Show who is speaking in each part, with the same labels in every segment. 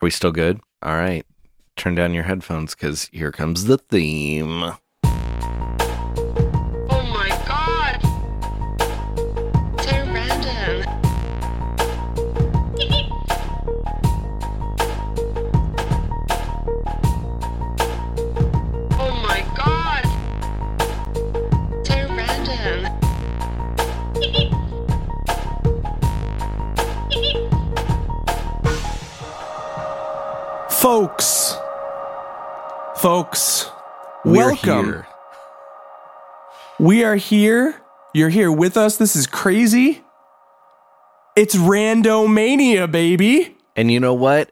Speaker 1: Are we still good? All right. Turn down your headphones because here comes the theme.
Speaker 2: Oh my god! So random. oh my god! So random.
Speaker 3: Folks, folks,
Speaker 1: We're
Speaker 3: welcome.
Speaker 1: here.
Speaker 3: We are here. You're here with us. This is crazy. It's Randomania, baby.
Speaker 1: And you know what?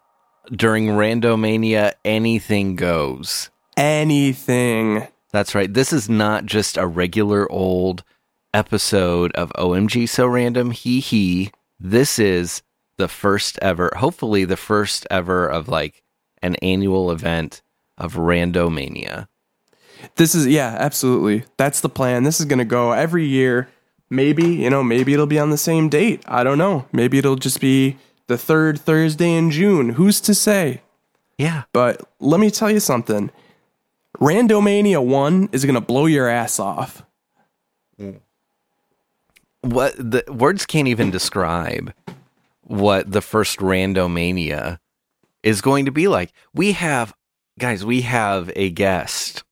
Speaker 1: During Randomania, anything goes.
Speaker 3: Anything.
Speaker 1: That's right. This is not just a regular old episode of OMG So Random Hee Hee. This is the first ever, hopefully, the first ever of like an annual event of Randomania.
Speaker 3: This is, yeah, absolutely. That's the plan. This is going to go every year. Maybe, you know, maybe it'll be on the same date. I don't know. Maybe it'll just be the third Thursday in June. Who's to say?
Speaker 1: Yeah.
Speaker 3: But let me tell you something Randomania 1 is going to blow your ass off.
Speaker 1: what the words can't even describe what the first randomania is going to be like. We have guys, we have a guest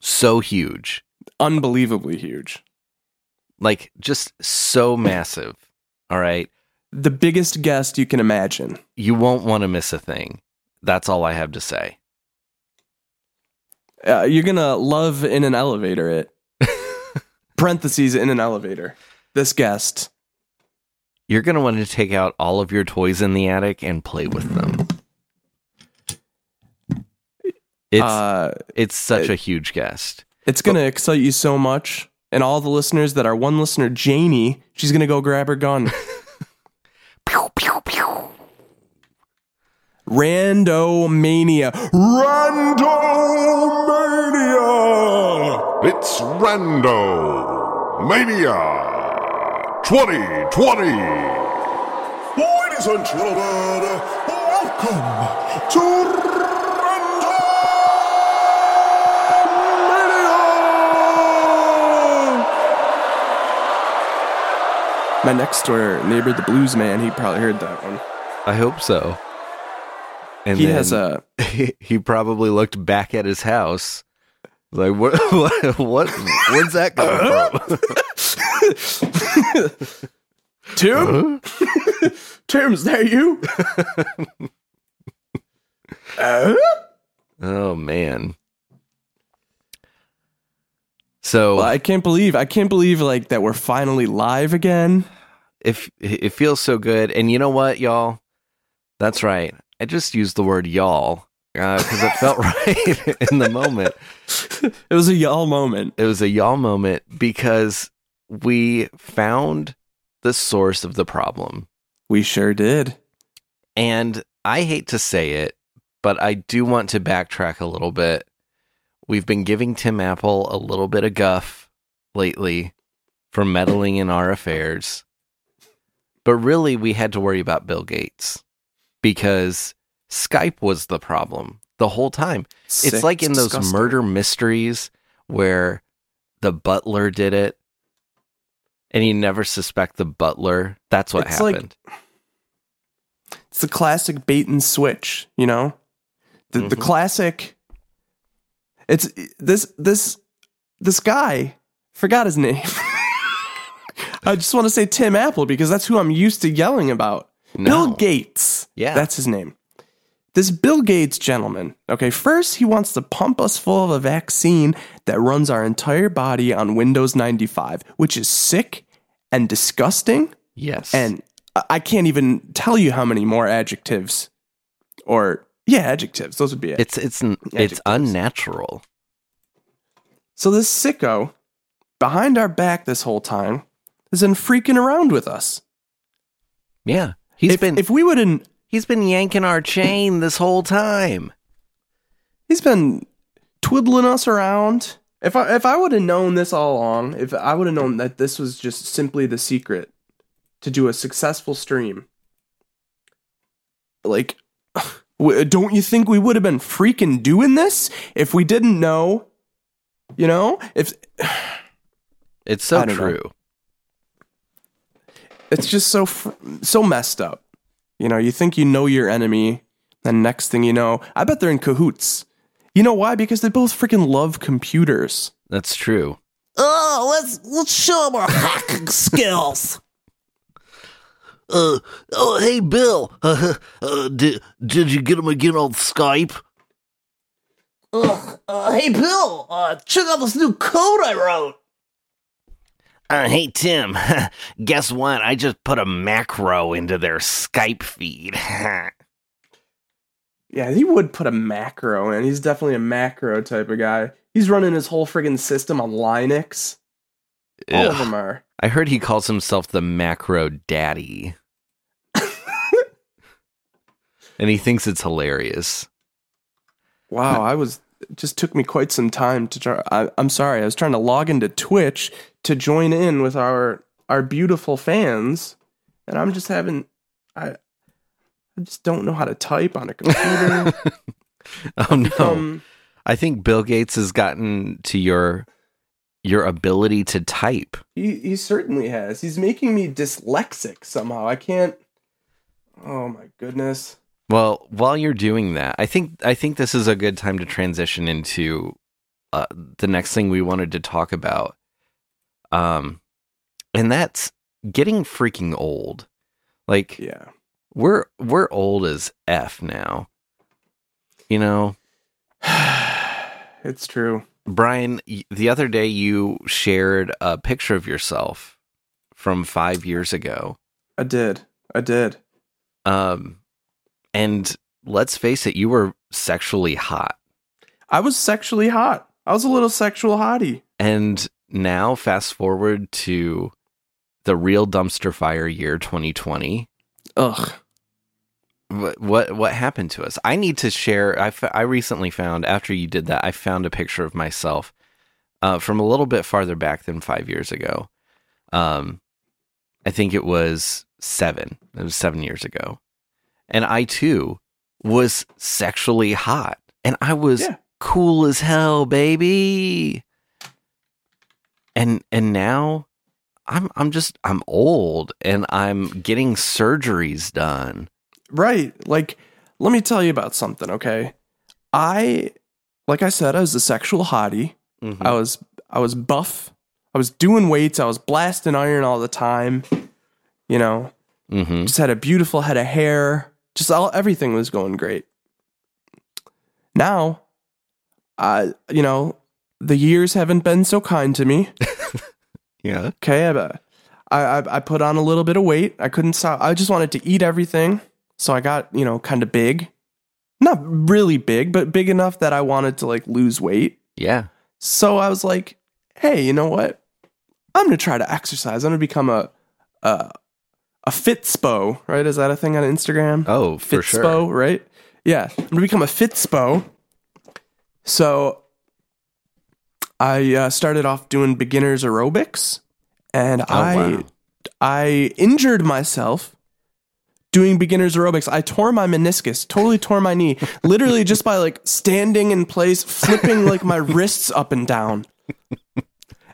Speaker 1: so huge.
Speaker 3: Unbelievably huge.
Speaker 1: Like just so massive. All right.
Speaker 3: The biggest guest you can imagine.
Speaker 1: You won't want to miss a thing. That's all I have to say.
Speaker 3: Uh, you're gonna love in an elevator it. Parentheses in an elevator. This guest.
Speaker 1: You're going to want to take out all of your toys in the attic and play with them. It's
Speaker 3: uh,
Speaker 1: it's such a huge guest.
Speaker 3: it's gonna excite you so much. And all the listeners that are one listener, Janie, she's gonna go grab her gun. Randomania.
Speaker 4: Randomania! It's Rando Mania 2020! Ladies and gentlemen, welcome to Randomania!
Speaker 3: My next door neighbor, the blues man, he probably heard that one.
Speaker 1: I hope so. And
Speaker 3: he
Speaker 1: then
Speaker 3: has a
Speaker 1: he, he probably looked back at his house, like what what what where's that coming from?
Speaker 3: Tim? Tim, is that you? Uh?
Speaker 1: oh man. So
Speaker 3: Well, I can't believe I can't believe like that we're finally live again.
Speaker 1: if it feels so good, and you know what, y'all, that's right. I just used the word y'all because it felt right in the moment.
Speaker 3: It was a y'all moment.
Speaker 1: it was a y'all moment because we found the source of the problem.
Speaker 3: We sure did.
Speaker 1: And I hate to say it, but I do want to backtrack a little bit. We've been giving Tim Apple a little bit of guff lately for meddling in our affairs. But really, we had to worry about Bill Gates because Skype was the problem the whole time. it's like in those murder mysteries where the butler did it and you never suspect the butler. That's what
Speaker 3: It's like-
Speaker 1: happened.
Speaker 3: It's the classic bait and switch, you know? The the
Speaker 1: Mhm.
Speaker 3: classic It's this this this guy forgot his name. I just want to say Tim Apple because that's who I'm used to yelling about.
Speaker 1: No.
Speaker 3: Bill Gates.
Speaker 1: Yeah.
Speaker 3: That's his name. This Bill Gates gentleman, okay, first he wants to pump us full of a vaccine that runs our entire body on Windows 95, which is sick and disgusting.
Speaker 1: yes.
Speaker 3: And I- I can't even tell you how many more adjectives or, yeah, adjectives. Those would be it.
Speaker 1: It's it's n- it's
Speaker 3: Adjectives.
Speaker 1: unnatural.
Speaker 3: so this sicko, behind our back this whole time, has been freaking around with us.
Speaker 1: Yeah, he's
Speaker 3: if,
Speaker 1: been
Speaker 3: if we wouldn't
Speaker 1: he's been yanking our chain this whole time.
Speaker 3: he's been twiddling us around. If I if I would have known this all along, if I would have known that this was just simply the secret to do a successful stream, like W- Don't you think we would have been freaking doing this if we didn't know? You know, if
Speaker 1: It's so
Speaker 3: I don't know.
Speaker 1: true.
Speaker 3: it's just so fr- so messed up. You know, you think you know your enemy, then next thing you know, I bet they're in cahoots. You know why? Because they both freaking love computers.
Speaker 1: That's true.
Speaker 5: Oh, let's let's show him our hacking skills. Uh, oh, hey, Bill. Uh, uh, did, did you get him again on Skype? Uh, uh, hey, Bill. Uh, check out this new code I wrote.
Speaker 6: Uh, hey, Tim. Guess what? I just put a macro into their Skype feed.
Speaker 3: Yeah, he would put a macro in. He's definitely a macro type of guy. He's running his whole friggin' system on Linux. All of
Speaker 5: Oh,
Speaker 1: Ugh.
Speaker 3: them are.
Speaker 1: I heard he calls himself the macro daddy. and he thinks it's hilarious.
Speaker 3: Wow, I was it just took me quite some time to try. I, I'm sorry, I was trying to log into Twitch to join in with our our beautiful fans, and I'm just having I I just don't know how to type on a computer.
Speaker 1: Oh no.
Speaker 3: um,
Speaker 1: I think Bill Gates has gotten to your your ability to type.
Speaker 3: he he certainly has. He's making me dyslexic somehow. I can't. Oh my goodness.
Speaker 1: Well, while you're doing that, I think I think this is a good time to transition into uh, the next thing we wanted to talk about, um, and that's getting freaking old. Like
Speaker 3: Yeah.
Speaker 1: we're we're old as f now. You know,
Speaker 3: It's true.
Speaker 1: Brian, y- the other day you shared a picture of yourself from five years ago.
Speaker 3: I did. I did.
Speaker 1: Um, and let's face it, you were sexually hot.
Speaker 3: I was sexually hot. I was a little sexual hottie.
Speaker 1: And now, fast forward to the real dumpster fire year 2020.
Speaker 3: Ugh.
Speaker 1: What what, what happened to us? I need to share. I, f- I recently found after you did that, I found a picture of myself uh, from a little bit farther back than five years ago. Um, I think it was seven. It was seven years ago, and I too was sexually hot, and I was
Speaker 3: Yeah.
Speaker 1: cool as hell, baby. And and now I'm I'm just I'm old and I'm getting surgeries done.
Speaker 3: Right. Like, let me tell you about something, okay? I like I said, I was a sexual hottie.
Speaker 1: Mhm.
Speaker 3: I was I was buff. I was doing weights, I was blasting iron all the time. You know,
Speaker 1: Mm-hmm.
Speaker 3: just had a beautiful head of hair. Just all everything was going great. Now, I you know, the years haven't been so kind to me.
Speaker 1: Yeah.
Speaker 3: Okay, I, I I- I put on a little bit of weight. I couldn't stop. I just wanted to eat everything, so I got you know kind of big, not really big, but big enough that I wanted to like lose weight.
Speaker 1: Yeah.
Speaker 3: So I was like, hey, you know what? I'm gonna try to exercise. I'm gonna become a a a fitspo, right? Is that a thing on Instagram?
Speaker 1: Oh, for
Speaker 3: Fitspo,
Speaker 1: sure.
Speaker 3: right? Yeah, I'm gonna become a Fitspo. So I uh, started off doing beginners aerobics, and I
Speaker 1: Oh, wow.
Speaker 3: I injured myself doing beginners aerobics. I tore my meniscus, totally tore my knee, literally just by like standing in place, flipping like my wrists up and down.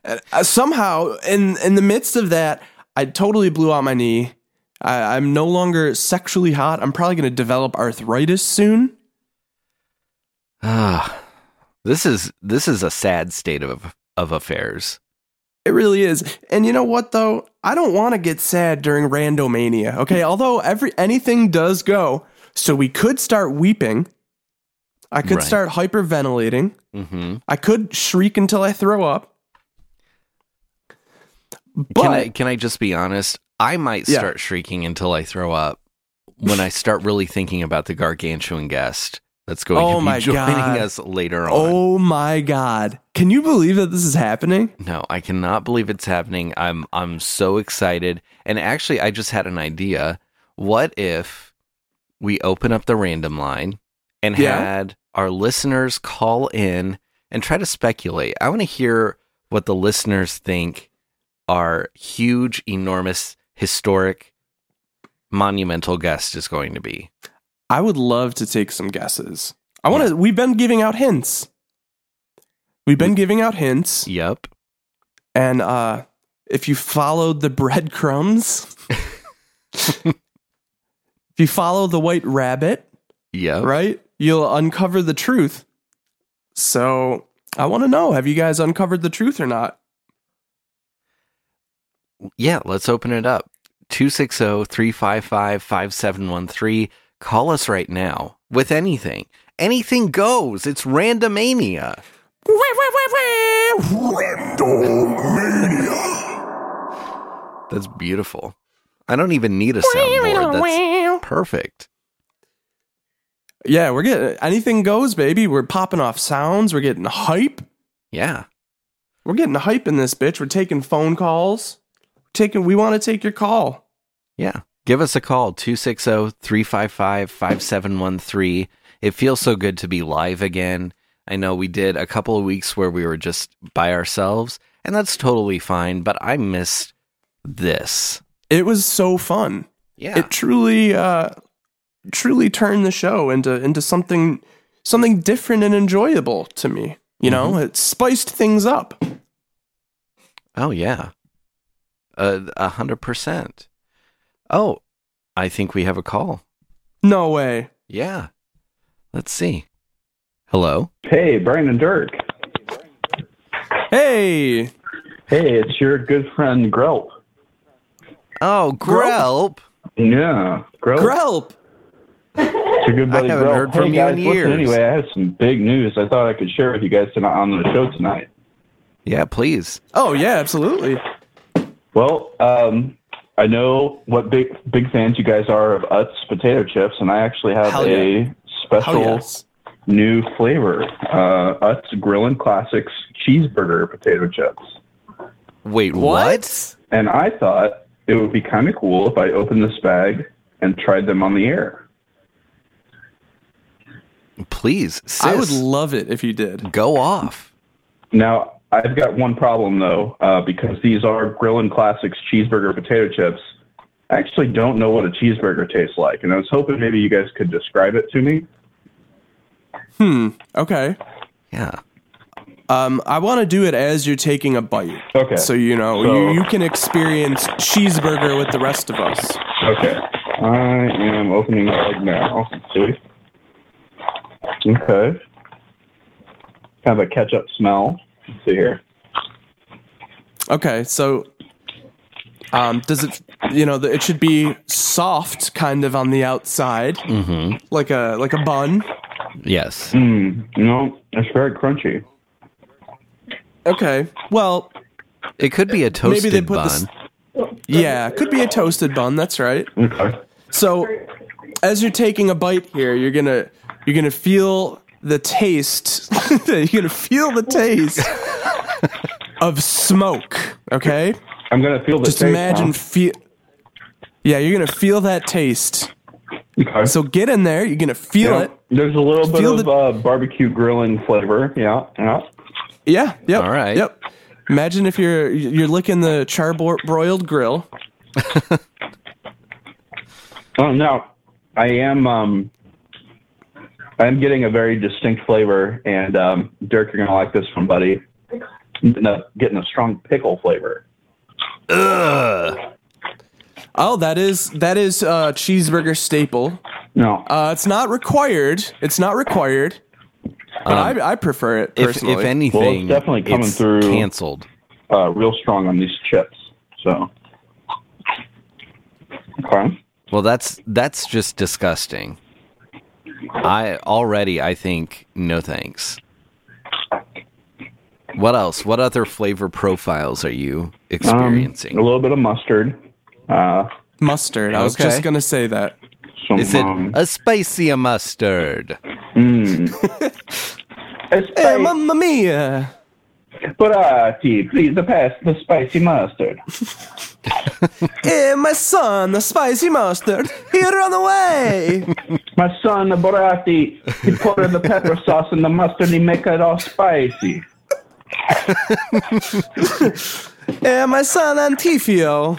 Speaker 3: And, uh, somehow, in in the midst of that, I totally blew out my knee. I, I'm no longer sexually hot. I'm probably going to develop arthritis soon.
Speaker 1: Ah, this is this is a sad state of of affairs.
Speaker 3: It really is. And you know what though? I don't want to get sad during randomania. Okay, although every anything does go, so we could start weeping. I could
Speaker 1: Right.
Speaker 3: start hyperventilating.
Speaker 1: Mm-hmm.
Speaker 3: I could shriek until I throw up. But
Speaker 1: Can I can I just be honest? I might
Speaker 3: Yeah.
Speaker 1: start shrieking until I throw up when I start really thinking about the gargantuan guest that's going
Speaker 3: Oh
Speaker 1: to be
Speaker 3: my
Speaker 1: joining
Speaker 3: God.
Speaker 1: us later on.
Speaker 3: oh my god, can you believe that this is happening?
Speaker 1: No, I cannot believe it's happening. I'm I'm so excited. And actually I just had an idea. What if we open up the random line and
Speaker 3: Yeah.
Speaker 1: had our listeners call in and try to speculate. I want to hear what the listeners think our huge, enormous, historic, monumental guest is going to be.
Speaker 3: I would love to take some guesses. I want to. We've been giving out hints. We've been giving out hints,
Speaker 1: Yep.
Speaker 3: and uh, if you followed the breadcrumbs, if you follow the white rabbit,
Speaker 1: Yep.
Speaker 3: right, you'll uncover the truth. So I want to know: Have you guys uncovered the truth or not?
Speaker 1: Yeah, let's open it up. 260-355-5713. Call us right now with anything. Anything goes. It's randomania. That's beautiful. I don't even need a soundboard. That's perfect.
Speaker 3: Yeah, we're getting anything goes, baby. We're popping off sounds. We're getting hype.
Speaker 1: Yeah.
Speaker 3: We're getting hype in this bitch. We're taking phone calls. Taking we want to take your call.
Speaker 1: Yeah. Give us a call oh, 260-355-5713. It feels so good to be live again. I know we did a couple of weeks where we were just by ourselves, and that's totally fine, but I missed this.
Speaker 3: It was so fun.
Speaker 1: Yeah.
Speaker 3: It truly uh truly turned the show into into something something different and enjoyable to me. You know, it spiced things up.
Speaker 1: oh yeah. Uh, A hundred percent. Oh, I think we have a call.
Speaker 3: No way.
Speaker 1: Yeah. Let's see. Hello.
Speaker 7: Hey, Brandon Dirk.
Speaker 3: Hey,
Speaker 7: Hey, it's your good friend Grelp.
Speaker 1: Oh, Grelp.
Speaker 7: Yeah, Grelp.
Speaker 3: Grelp.
Speaker 7: It's your good buddy
Speaker 1: I haven't
Speaker 7: Grelp.
Speaker 1: heard
Speaker 7: hey
Speaker 1: from you
Speaker 7: guys,
Speaker 1: in
Speaker 7: listen,
Speaker 1: years.
Speaker 7: anyway, I have some big news I thought I could share with you guys tonight on the show tonight.
Speaker 1: Yeah, please.
Speaker 3: Oh yeah, absolutely.
Speaker 7: Well, um, I know what big big fans you guys are of Utz potato chips, and I actually have
Speaker 3: Hell
Speaker 7: a
Speaker 3: yeah.
Speaker 7: special
Speaker 3: Oh yes.
Speaker 7: new flavor: uh, Utz Grillin' Classics cheeseburger potato chips.
Speaker 1: Wait,
Speaker 7: And I thought it would be kind of cool if I opened this bag and tried them on the air.
Speaker 1: what? Please. Sis,
Speaker 3: I would love it if you did.
Speaker 1: go off.
Speaker 7: Now, I've got one problem though, uh, because these are Grillin' Classics cheeseburger potato chips. I actually don't know what a cheeseburger tastes like, and I was hoping maybe you guys could describe it to me.
Speaker 3: Okay.
Speaker 1: Yeah.
Speaker 3: Um, I want to do it as you're taking a bite.
Speaker 7: Okay.
Speaker 3: So you know
Speaker 7: So-
Speaker 3: you, you can experience cheeseburger with the rest of us.
Speaker 7: Okay. I am opening it right now. Let's see. Okay. Kind of a ketchup smell. Let's see here.
Speaker 3: Okay, so um, does it? You know, the, it should be soft, kind of on the outside,
Speaker 1: Mm-hmm.
Speaker 3: like a like a bun.
Speaker 1: Yes.
Speaker 7: Mm, no, it's very crunchy.
Speaker 3: Okay. Well,
Speaker 1: It could be a toasted
Speaker 3: maybe they put
Speaker 1: bun.
Speaker 3: this. Yeah, could be a toasted bun. That's right.
Speaker 7: Okay.
Speaker 3: So, as you're taking a bite here, you're gonna you're gonna feel the taste. you're gonna feel the taste of smoke. Okay,
Speaker 7: I'm gonna feel the
Speaker 3: just
Speaker 7: taste
Speaker 3: imagine feel. Yeah, you're gonna feel that taste.
Speaker 7: now. Okay.
Speaker 3: So get in there. You're gonna feel
Speaker 7: Yeah.
Speaker 3: it.
Speaker 7: There's a little bit
Speaker 3: Feel
Speaker 7: of
Speaker 3: the-
Speaker 7: uh, barbecue grilling flavor. Yeah, yeah.
Speaker 3: Yeah. Yep.
Speaker 1: All right.
Speaker 3: Yep. Imagine if you're you're licking the charbroiled broiled grill.
Speaker 7: Oh no, I am. Um, I'm getting a very distinct flavor, and um, Dirk, you're gonna like this one, buddy. I'm Getting a, getting a strong pickle flavor.
Speaker 3: Oh, that is that is uh, cheeseburger staple.
Speaker 7: No,
Speaker 3: Uh, it's not required. It's not required. But I, I prefer it
Speaker 1: Um, if,
Speaker 3: personally.
Speaker 1: if anything,
Speaker 7: Well, it's definitely coming
Speaker 1: it's
Speaker 7: through.
Speaker 1: Canceled.
Speaker 7: uh, real strong on these chips. So, okay.
Speaker 1: Well, that's that's just disgusting. I already, I think, no thanks. What else? What other flavor profiles are you
Speaker 7: Um,
Speaker 1: experiencing?
Speaker 7: a little bit of mustard. Uh,
Speaker 3: Mustard. I was
Speaker 1: Okay.
Speaker 3: just gonna say that.
Speaker 7: some,
Speaker 1: Is it
Speaker 7: um,
Speaker 1: a spicy mustard?
Speaker 7: a
Speaker 3: Hey,
Speaker 7: spice-
Speaker 3: mamma mia!
Speaker 7: Parati, please pass the spicy mustard.
Speaker 3: Hey, my son, the spicy mustard. He run away.
Speaker 7: My son, the Borati, he poured the pepper sauce and the mustard, he make it all spicy.
Speaker 3: E, hey, my son Antifio.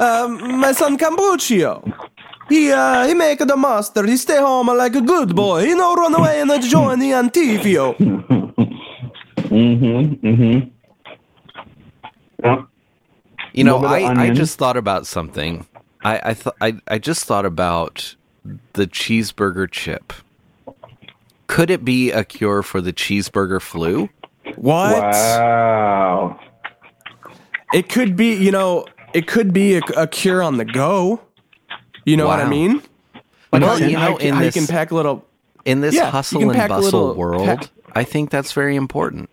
Speaker 3: Uh, my son Cambuccio. He uh, he make the master. He stay home like a good boy. He no run away and join the Antifio.
Speaker 7: Mm-hmm. Mm-hmm. Yeah.
Speaker 1: You know,
Speaker 7: Little bit of
Speaker 1: I, I
Speaker 7: onion.
Speaker 1: just thought about something. I I, th- I I just thought about the cheeseburger chip. Could it be a cure for the cheeseburger flu?
Speaker 3: What?
Speaker 7: Wow.
Speaker 3: It could be, you know, it could be a, a cure on the go. You know what I
Speaker 1: Wow.
Speaker 3: mean?
Speaker 1: well,
Speaker 3: I can-
Speaker 1: you
Speaker 3: I
Speaker 1: know,
Speaker 3: can-
Speaker 1: in
Speaker 3: I
Speaker 1: this
Speaker 3: can pack a little.
Speaker 1: in this
Speaker 3: yeah, you can
Speaker 1: hustle and
Speaker 3: pack a
Speaker 1: bustle
Speaker 3: little-
Speaker 1: world,
Speaker 3: pack-
Speaker 1: I think that's very important.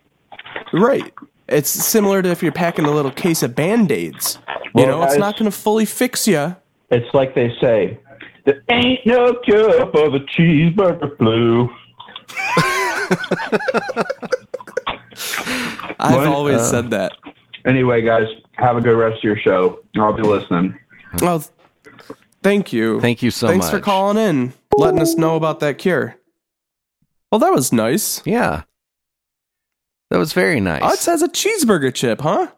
Speaker 3: Right. It's similar to if you're packing a little case of band aids. You
Speaker 7: Well,
Speaker 3: know, it's
Speaker 7: guys-
Speaker 3: not going to fully fix you.
Speaker 7: It's like they say, there ain't no cure for the cheeseburger flu.
Speaker 3: I've
Speaker 7: What?
Speaker 3: always
Speaker 7: Uh,
Speaker 3: said that.
Speaker 7: Anyway, guys, have a good rest of your show. I'll be listening.
Speaker 3: Well, thank you.
Speaker 1: Thank you so
Speaker 3: Thanks
Speaker 1: much.
Speaker 3: for calling in, letting us know about that cure. Well, that was nice.
Speaker 1: Yeah, that was very nice.
Speaker 3: Utz has a cheeseburger chip, huh?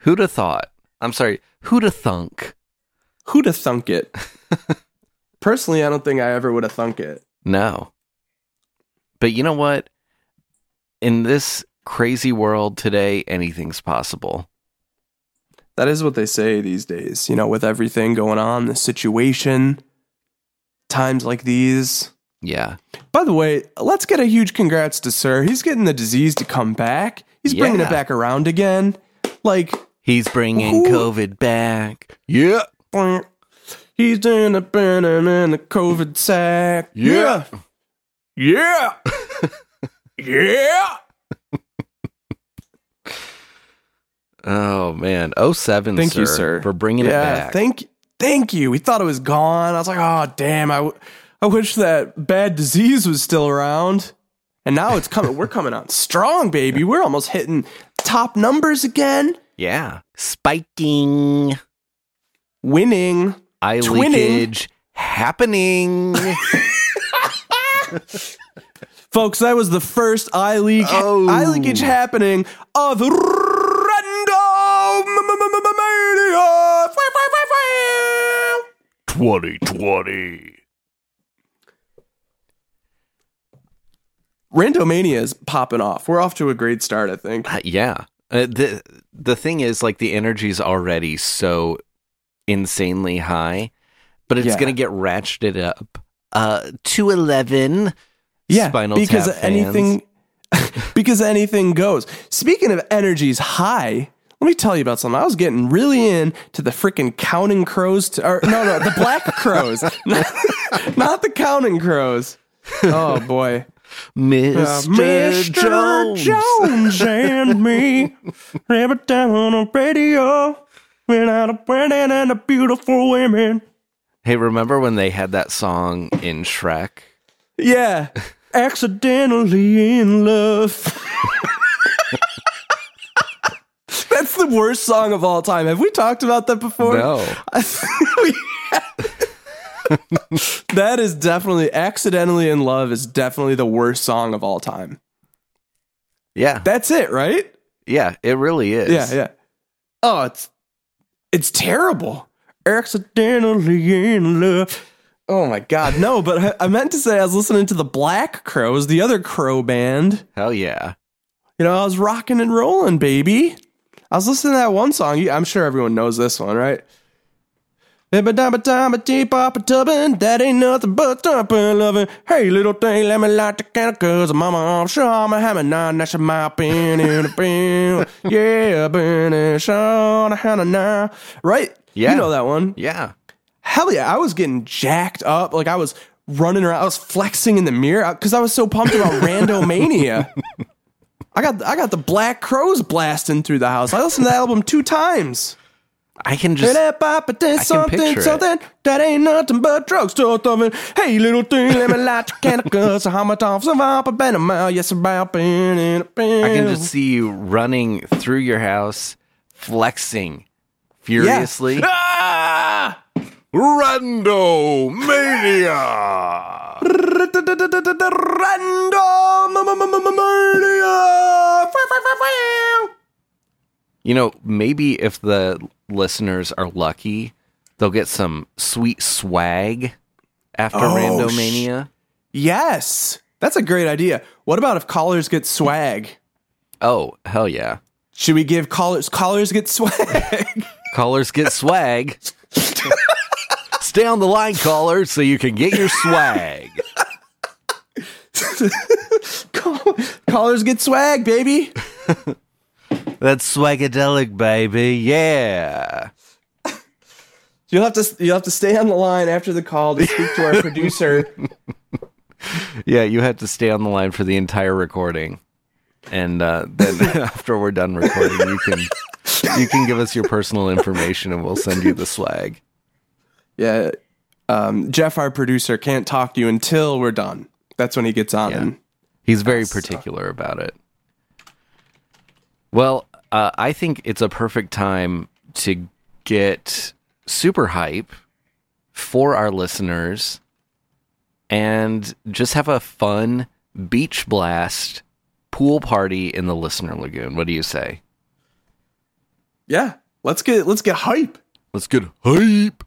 Speaker 1: Who'd have thought? I'm sorry. Who'd have thunk?
Speaker 3: Who'd have thunk it? Personally, I don't think I ever would have thunk it.
Speaker 1: No. But you know what? In this crazy world today, anything's possible.
Speaker 3: That is what they say these days. You know, with everything going on, the situation, times like these.
Speaker 1: Yeah.
Speaker 3: By the way, let's get a huge congrats to Sir. He's getting the disease to come back. He's bringing
Speaker 1: Yeah.
Speaker 3: it back around again. Like,
Speaker 1: He's bringing
Speaker 3: Who-
Speaker 1: COVID back. Yeah.
Speaker 3: he's doing a banner in the COVID sack.
Speaker 1: Yeah.
Speaker 3: Yeah. yeah.
Speaker 1: Oh, man. 07,
Speaker 3: Thank you, sir.
Speaker 1: For bringing
Speaker 3: yeah.
Speaker 1: it back.
Speaker 3: Thank, thank you. We thought it was gone. I was like, oh, damn. I, w- I wish that bad disease was still around. And now it's coming. We're coming on strong, baby. We're almost hitting top numbers again.
Speaker 1: yeah. Spiking.
Speaker 3: Winning.
Speaker 1: Eye
Speaker 3: Twinning.
Speaker 1: leakage happening.
Speaker 3: Folks, that was the first eye leak
Speaker 1: Oh.
Speaker 3: eye leakage happening of random M- M- M- M- mania. Fwah, fwah, fwah, fwah.
Speaker 6: 2020.
Speaker 3: Randomania is popping off. We're off to a great start, I think.
Speaker 1: Uh, yeah. Uh, the the thing is like the energy's already so insanely high, but it's
Speaker 3: Yeah.
Speaker 1: going to get ratcheted up uh to 11.
Speaker 3: Yeah,
Speaker 1: Spinal
Speaker 3: because
Speaker 1: Tap
Speaker 3: anything because anything goes. Speaking of energies high, let me tell you about something. I was getting really in to the freaking counting crows. To, or no, no, the black crows, not, not the counting crows. Oh boy.
Speaker 1: Mr. Jones.
Speaker 3: Jones and me. Every time on the radio, we're out of Brandon and the beautiful women.
Speaker 1: Hey, remember when they had that song in Shrek?
Speaker 3: Yeah. Accidentally in love. That's the worst song of all time. Have we talked about that before? that is definitely accidentally in love is definitely the worst song of all time.
Speaker 1: Yeah.
Speaker 3: That's it, right?
Speaker 1: Yeah, it really is.
Speaker 3: Yeah, yeah. Oh, it's it's terrible. Accidentally in love. Oh my god, no! But I, I meant to say I was listening to the Black Crows, the other crow band.
Speaker 1: Hell yeah.
Speaker 3: You know, I was rocking and rolling, baby. I was listening to that one song. You- I'm sure everyone knows this one, right? That ain't nothing but thumping, loving. Hey, little thing, let me light the candle, cause mama, I'm sure I'm a hammer, not that's my pin in a pin. Yeah, pin and shot, a hammer now. Right?
Speaker 1: Yeah.
Speaker 3: You know that one.
Speaker 1: Yeah.
Speaker 3: Hell yeah, I was getting jacked up. Like, I was running around, I was flexing in the mirror, because I was so pumped about Randomania. I got I got the Black Crows blasting through the house. I listened to that album two times.
Speaker 1: I can
Speaker 3: Hey,
Speaker 1: just
Speaker 3: that papa did
Speaker 1: can
Speaker 3: something,
Speaker 1: picture it.
Speaker 3: something that ain't nothing but drugs to thumping. Hey, little thing, let me light your candle, so how much off survive, been a mile, Uh, yes, about been in a pen.
Speaker 1: I can just see you running through your house flexing furiously.
Speaker 3: Ah!
Speaker 4: Rando Mania!
Speaker 3: Random
Speaker 1: You know, maybe if the listeners are lucky, They'll get some sweet swag after
Speaker 3: Oh,
Speaker 1: Randomania.
Speaker 3: Yes, that's a great idea. What about if callers get swag?
Speaker 1: oh, hell yeah.
Speaker 3: Should we give callers callers get swag?
Speaker 1: Callers get swag. Stay on the line, callers, so you can get your swag.
Speaker 3: Call- callers get swag, baby.
Speaker 1: That's swagadelic, baby. Yeah.
Speaker 3: You'll have to you'll have to stay on the line after the call to speak to our producer.
Speaker 1: Yeah, you had to stay on the line for the entire recording. And uh, then after we're done recording, you can you can give us your personal information and we'll send you the swag.
Speaker 3: Yeah, um, Jeff, our producer, can't talk to you until we're done. That's when he gets on.
Speaker 1: Yeah.
Speaker 3: and-
Speaker 1: He's very
Speaker 3: That's, uh,
Speaker 1: particular about it. Well, uh, I think it's a perfect time to get super hype for our listeners and just have a fun beach blast pool party in the listener lagoon. What do you say?
Speaker 3: yeah. Let's get let's get hype.
Speaker 1: Let's get hype.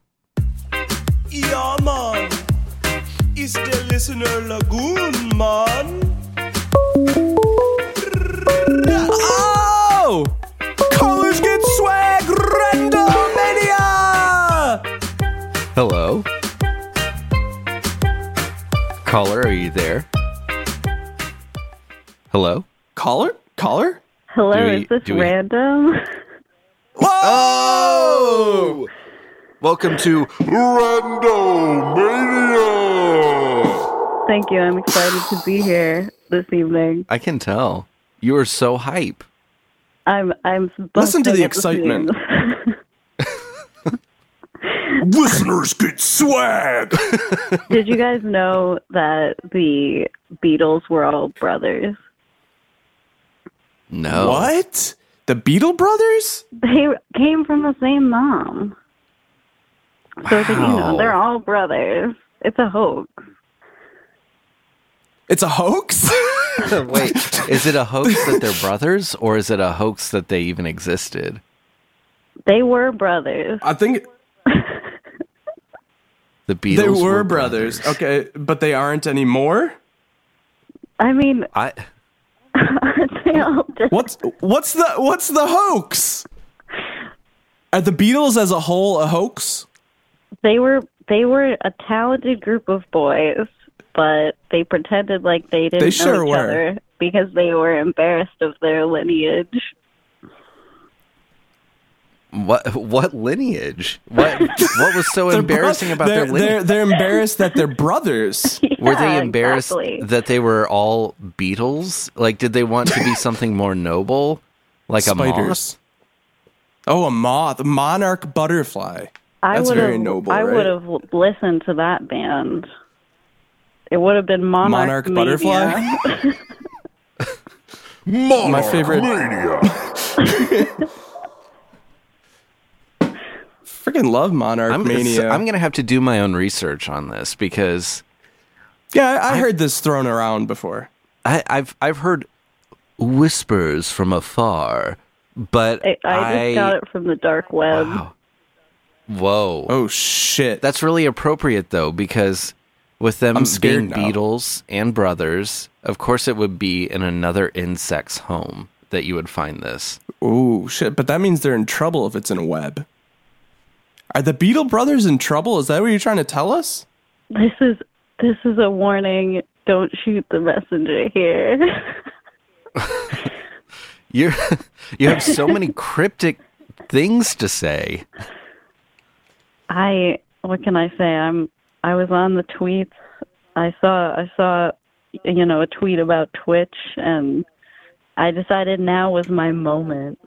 Speaker 3: Yeah, man. It's the listener lagoon, man. Oh! Colors get swag, randomania!
Speaker 1: Hello. Caller, are you there? Hello?
Speaker 3: Caller? Caller?
Speaker 8: Hello,
Speaker 1: Do we-
Speaker 8: is this
Speaker 1: do we-
Speaker 8: random?
Speaker 3: Whoa! Oh!
Speaker 1: Oh! Welcome to
Speaker 4: Randomania!
Speaker 8: Thank you. I'm excited to be here this evening.
Speaker 1: I can tell. You are so hype.
Speaker 8: I'm I'm
Speaker 3: Listen to
Speaker 8: busting
Speaker 3: the
Speaker 8: at
Speaker 3: excitement.
Speaker 8: seams.
Speaker 3: Listeners get swag!
Speaker 8: Did you guys know that the Beatles were all brothers?
Speaker 1: No.
Speaker 3: What? The Beetle Brothers?
Speaker 8: They came from the same mom. So it's like, you
Speaker 1: Wow.
Speaker 8: know, they're all brothers. It's a hoax.
Speaker 3: It's a hoax?
Speaker 1: Wait, is it a hoax that they're brothers or is it a hoax that they even existed?
Speaker 8: They were brothers.
Speaker 3: I think
Speaker 1: The Beatles
Speaker 3: they were, brothers. Okay, but they aren't anymore?
Speaker 8: I mean,
Speaker 1: I
Speaker 8: aren't they all just
Speaker 3: What's what's the what's the hoax? Are the Beatles as a whole a hoax?
Speaker 8: they were they were a talented group of boys, but they pretended like they didn't
Speaker 3: They
Speaker 8: know
Speaker 3: sure
Speaker 8: each
Speaker 3: were.
Speaker 8: other because they were embarrassed of their lineage.
Speaker 1: what what lineage? What what was so embarrassing about their
Speaker 3: they're, They're,
Speaker 1: lineage?
Speaker 3: they're embarrassed that they're brothers.
Speaker 1: Were they
Speaker 8: Yeah,
Speaker 1: embarrassed
Speaker 8: exactly.
Speaker 1: that they were all Beatles? Like did they want to be something more noble? Like a moth?
Speaker 3: Spiders. Oh, a moth, monarch butterfly.
Speaker 8: I
Speaker 3: That's
Speaker 8: would
Speaker 3: very
Speaker 8: have,
Speaker 3: noble,
Speaker 8: I
Speaker 3: right?
Speaker 8: would have l- listened to that band. It would have been Monarch,
Speaker 3: Monarch butterfly.
Speaker 8: Mania.
Speaker 3: My favorite. Freaking love monarch
Speaker 1: I'm,
Speaker 3: mania.
Speaker 1: I'm gonna have to do my own research on this because
Speaker 3: yeah, I, I heard this thrown around before.
Speaker 1: I, I've I've heard whispers from afar, but
Speaker 8: I, I just got it from the dark web.
Speaker 1: Wow. Whoa,
Speaker 3: Oh shit!
Speaker 1: that's really appropriate though because with them
Speaker 3: I'm scared
Speaker 1: being
Speaker 3: now.
Speaker 1: Beatles and brothers, of course it would be in another insect's home that you would find this.
Speaker 3: oh shit! But that means they're in trouble if it's in a web. Are the Beetle brothers in trouble? Is that what you're trying to tell us?
Speaker 8: This is this is a warning. Don't shoot the messenger here.
Speaker 1: You you have so many cryptic things to say.
Speaker 8: I what can I say? I'm I was on the tweets. I saw I saw you know a tweet about Twitch and I decided now was my moment.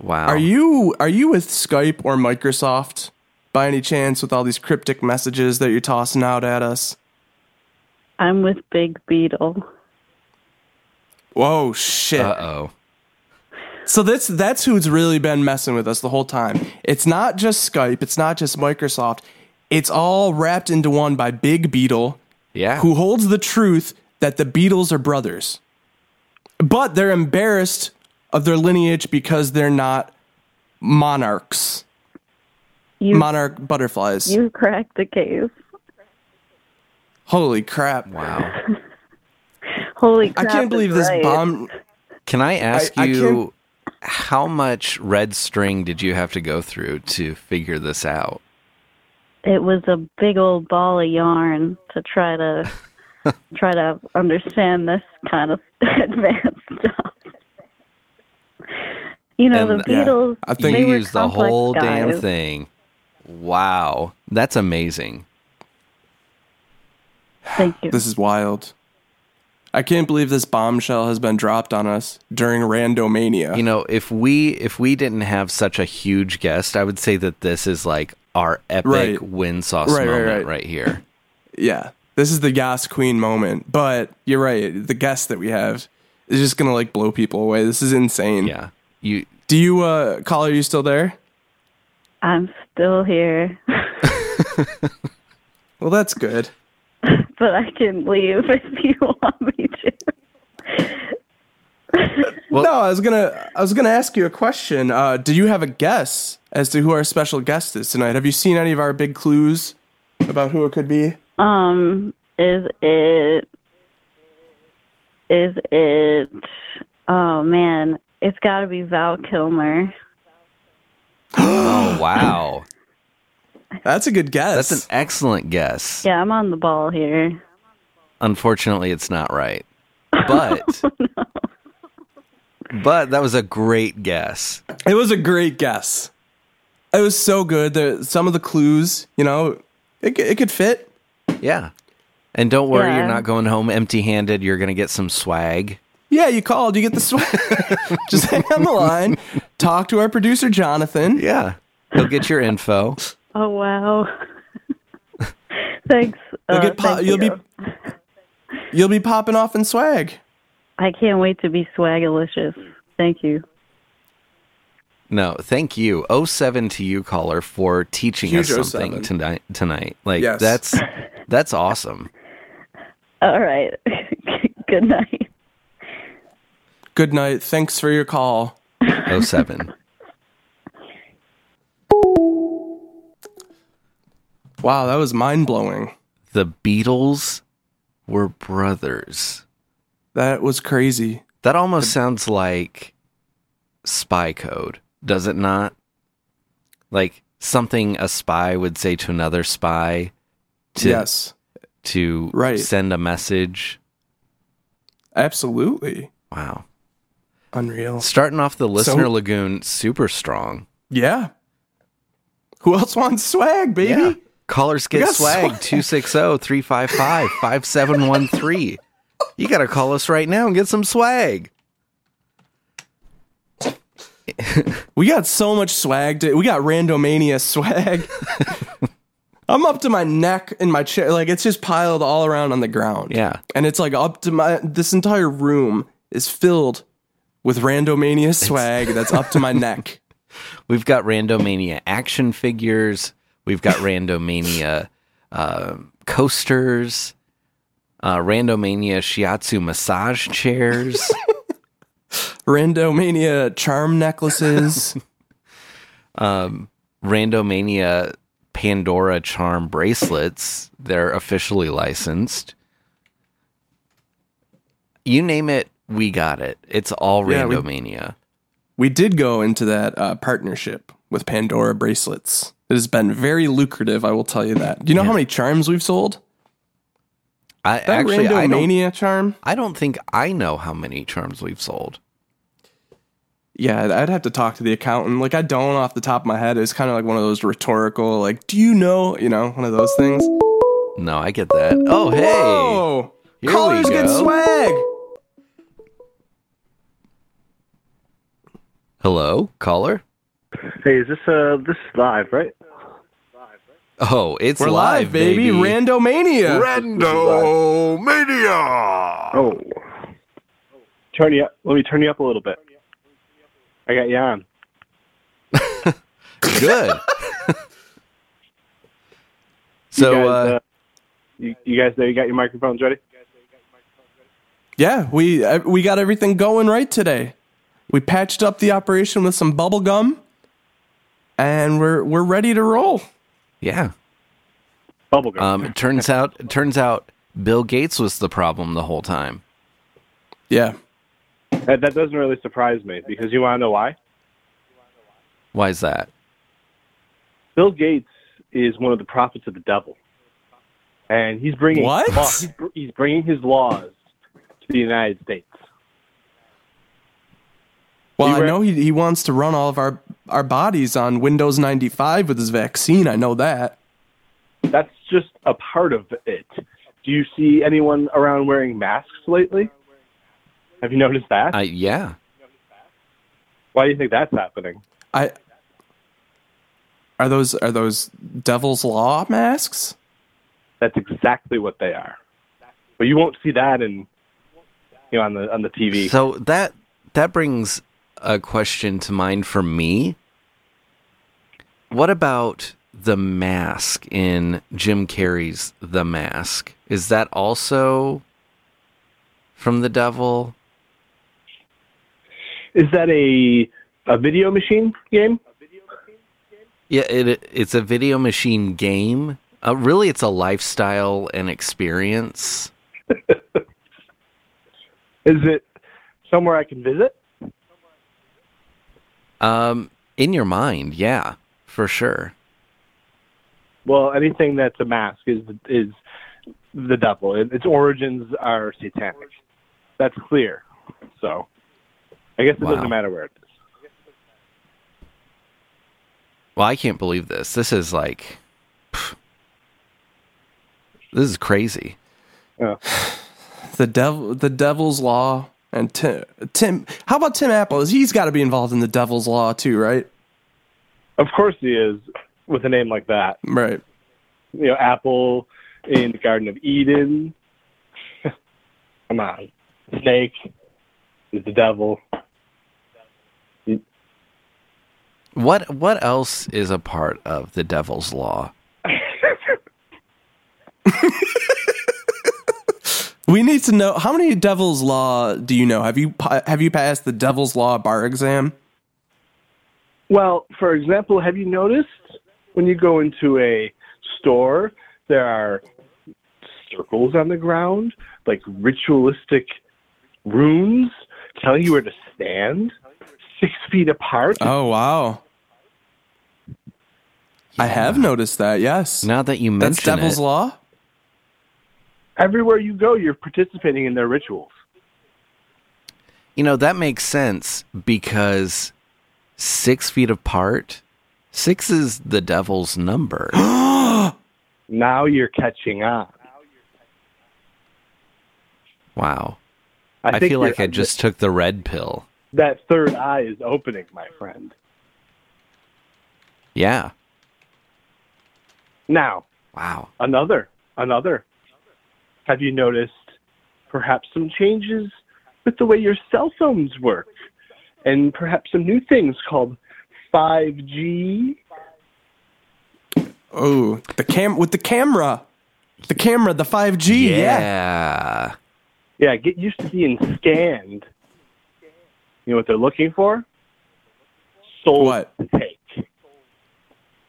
Speaker 1: Wow.
Speaker 3: Are you are you with Skype or Microsoft by any chance with all these cryptic messages that you're tossing out at us?
Speaker 8: I'm with Big Beetle.
Speaker 3: Whoa, shit.
Speaker 1: Uh oh.
Speaker 3: So that's that's who's really been messing with us the whole time. It's not just Skype, it's not just Microsoft. It's all wrapped into one by Big Beetle,
Speaker 1: Yeah.
Speaker 3: who holds the truth that the Beatles are brothers. But they're embarrassed of their lineage because they're not monarchs.
Speaker 8: You
Speaker 3: monarch butterflies.
Speaker 8: you cracked the case.
Speaker 3: Holy crap!
Speaker 1: Wow.
Speaker 8: Holy
Speaker 3: I
Speaker 8: crap!
Speaker 3: can't believe
Speaker 8: is
Speaker 3: this
Speaker 8: right.
Speaker 3: bomb.
Speaker 1: Can I ask
Speaker 3: I- I
Speaker 1: you how much red string did you have to go through to figure this out?
Speaker 8: It was a big old ball of yarn to try to try to understand this kind of advanced stuff. You know,
Speaker 1: And,
Speaker 8: the
Speaker 1: yeah,
Speaker 8: Beatles.
Speaker 3: I think-
Speaker 8: they
Speaker 1: you
Speaker 8: were
Speaker 1: used the
Speaker 8: complex
Speaker 1: whole damn
Speaker 8: guys.
Speaker 1: thing. Wow. That's amazing.
Speaker 8: Thank you.
Speaker 3: This is wild. I can't believe this bombshell has been dropped on us during Randomania.
Speaker 1: You know, if we if we didn't have such a huge guest, I would say that this is like our epic
Speaker 3: Right.
Speaker 1: Windsauce
Speaker 3: Right, right,
Speaker 1: moment
Speaker 3: right.
Speaker 1: right here.
Speaker 3: yeah, this is the Yas Queen moment. But you're right. The guest that we have is just gonna like blow people away. This is insane.
Speaker 1: Yeah. You
Speaker 3: Do you, uh, caller? You still there?
Speaker 8: I'm still here,
Speaker 3: Well, that's good.
Speaker 8: but I can leave if you want me to.
Speaker 1: Well-
Speaker 3: no, I was gonna I was gonna ask you a question. Uh, do you have a guess as to who our special guest is tonight? Have you seen any of our big clues about who it could be?
Speaker 8: Um, is it? Is it? Oh man, it's got to be Val Kilmer.
Speaker 1: Oh wow.
Speaker 3: That's a good guess.
Speaker 1: That's an excellent guess.
Speaker 8: Yeah, I'm on the ball here.
Speaker 1: Unfortunately, it's not right. But
Speaker 8: Oh,
Speaker 1: But that was a great guess.
Speaker 3: it was a great guess. It was so good. There, some of the clues, you know, it, c- it could fit.
Speaker 1: Yeah. And don't worry,
Speaker 8: Yeah.
Speaker 1: you're not going home empty-handed. You're going to get some swag.
Speaker 3: Yeah, you called, you get the sweat. Just hang on the line, talk to our producer Jonathan.
Speaker 1: Yeah. You'll get your info.
Speaker 8: Oh wow. thanks.
Speaker 3: You'll
Speaker 8: uh,
Speaker 3: get po-
Speaker 8: thank
Speaker 3: you'll be
Speaker 8: you.
Speaker 3: you'll be popping off in swag.
Speaker 8: I can't wait to be swagalicious. Thank you.
Speaker 1: No, thank you. 07 to you caller for teaching
Speaker 3: Huge
Speaker 1: us something
Speaker 3: 07.
Speaker 1: tonight tonight. Like
Speaker 3: Yes.
Speaker 1: that's that's awesome.
Speaker 8: All right. Good night.
Speaker 3: Good night. Thanks for your call.
Speaker 1: 07.
Speaker 3: Wow, that was mind blowing.
Speaker 1: the Beatles were brothers.
Speaker 3: That was crazy.
Speaker 1: That almost sounds like spy code, does it not? Like something a spy would say to another spy to
Speaker 3: yes,
Speaker 1: to
Speaker 3: Right.
Speaker 1: send a message.
Speaker 3: absolutely.
Speaker 1: Wow.
Speaker 3: Unreal.
Speaker 1: Starting off the listener
Speaker 3: So-
Speaker 1: lagoon super strong.
Speaker 3: Yeah. Who else wants swag, baby?
Speaker 1: Callers
Speaker 3: We
Speaker 1: get
Speaker 3: got
Speaker 1: swag oh,
Speaker 3: swag.
Speaker 1: 260-355-5713. you got to call us right now and get some swag.
Speaker 3: We got so much swag. To, we got Randomania swag. I'm up to my neck in my chair. Like, it's just piled all around on the ground.
Speaker 1: Yeah.
Speaker 3: And it's like up to my. This entire room is filled with Randomania swag that's up to my neck.
Speaker 1: We've got Randomania action figures. We've got Randomania uh, coasters. Uh, Randomania shiatsu massage chairs.
Speaker 3: Randomania charm necklaces.
Speaker 1: um, Randomania Pandora charm bracelets. They're officially licensed. You name it, we got it. It's all
Speaker 3: Yeah, we-
Speaker 1: Randomania.
Speaker 3: We did go into that uh, partnership with Pandora bracelets. It has been very lucrative, I will tell you that. Do you know how many charms we've sold?
Speaker 1: I
Speaker 3: That
Speaker 1: actually I don't,
Speaker 3: Randomania charm?
Speaker 1: I don't think I know how many charms we've sold.
Speaker 3: Yeah, I'd- I'd have to talk to the accountant. Like, I don't off the top of my head. It was kind of like one of those rhetorical, like, do you know? You know, one of those things.
Speaker 1: No, I get that. Oh, hey.
Speaker 3: Whoa!
Speaker 1: Here we
Speaker 3: Callers get
Speaker 1: go.
Speaker 3: swag!
Speaker 1: Hello, caller?
Speaker 9: Hey, is this uh this is live, right?
Speaker 1: Oh, it's
Speaker 3: We're
Speaker 1: live,
Speaker 3: live, baby. Randomania.
Speaker 4: Rando Media.
Speaker 9: Oh. Turn you up let me turn you up a little bit. I got you on.
Speaker 1: Good. so,
Speaker 9: you guys,
Speaker 1: uh,
Speaker 9: you, you guys there, you got your microphones ready?
Speaker 3: yeah, we uh, we got everything going right today. We patched up the operation with some bubble gum. and we're we're ready to roll.
Speaker 1: Yeah.
Speaker 9: Bubblegum.
Speaker 1: Um, it turns out it turns out Bill Gates was the problem the whole time.
Speaker 3: Yeah.
Speaker 9: that, that doesn't really surprise me because you want to know why?
Speaker 1: Why is that?
Speaker 9: Bill Gates is one of the prophets of the devil, and he's bringing
Speaker 3: What?
Speaker 9: law- he's, br- he's bringing his laws to the United States.
Speaker 3: Well,
Speaker 9: You
Speaker 3: I
Speaker 9: were-
Speaker 3: know he, he wants to run all of our our bodies on Windows 95 with his vaccine. I know that.
Speaker 9: That's just a part of it. Do you see anyone around wearing masks lately? Have you noticed that?
Speaker 1: I yeah.
Speaker 9: Why do you think that's happening?
Speaker 3: I are those are those devil's law masks?
Speaker 9: That's exactly what they are. But you won't see that in you know on the on the TV.
Speaker 1: So that that brings a question to mind for me. What about the mask in Jim Carrey's The Mask? Is that also from the devil?
Speaker 9: Is that a a video machine game?
Speaker 1: Yeah, it it's a video machine game. Uh, really, it's a lifestyle and experience.
Speaker 9: Is it somewhere I can visit?
Speaker 1: Um, in your mind, yeah, for sure.
Speaker 9: Well, anything that's a mask is is the devil. It, its origins are satanic. That's clear. So, I guess it
Speaker 1: Wow.
Speaker 9: doesn't matter where it is.
Speaker 1: Well, I can't believe this. This is like, pff. this is crazy.
Speaker 3: The devil the devil's law and Tim, Tim how about Tim Apple? Is He's got to be involved in the devil's law too, right?
Speaker 9: Of course, he is with a name like that.
Speaker 3: Right.
Speaker 9: You know, Apple in the Garden of Eden. Come on, snake is the devil.
Speaker 1: What what else is a part of the devil's law?
Speaker 3: We need to know how many devil's law do you know? Have you pa- have you passed the devil's law bar exam?
Speaker 9: Well, for example, have you noticed when you go into a store, there are circles on the ground, like ritualistic runes telling you where to stand, six feet apart?
Speaker 1: Uh.
Speaker 3: Oh wow. I have noticed that. Yes.
Speaker 1: Now that you
Speaker 3: That's
Speaker 1: mention
Speaker 3: devil's
Speaker 1: it,
Speaker 3: law?
Speaker 9: Everywhere you go, you're participating in their rituals.
Speaker 1: you know that makes sense because six feet apart, six is the devil's number.
Speaker 9: Now you're catching on.
Speaker 1: wow,
Speaker 9: I,
Speaker 1: I,
Speaker 9: think
Speaker 1: feel like I
Speaker 9: you're-
Speaker 1: just took the red pill.
Speaker 9: that third eye is opening, my friend.
Speaker 1: Yeah.
Speaker 9: Now,
Speaker 1: Wow.
Speaker 9: Another, another. Have you noticed perhaps some changes with the way your cell phones work? And perhaps some new things called 5G?
Speaker 3: Oh, the cam with the camera. The camera, the 5G. Yeah.
Speaker 1: Yeah.
Speaker 9: Yeah, get used to being scanned. You know what they're looking for? Soul
Speaker 3: What?
Speaker 9: to take.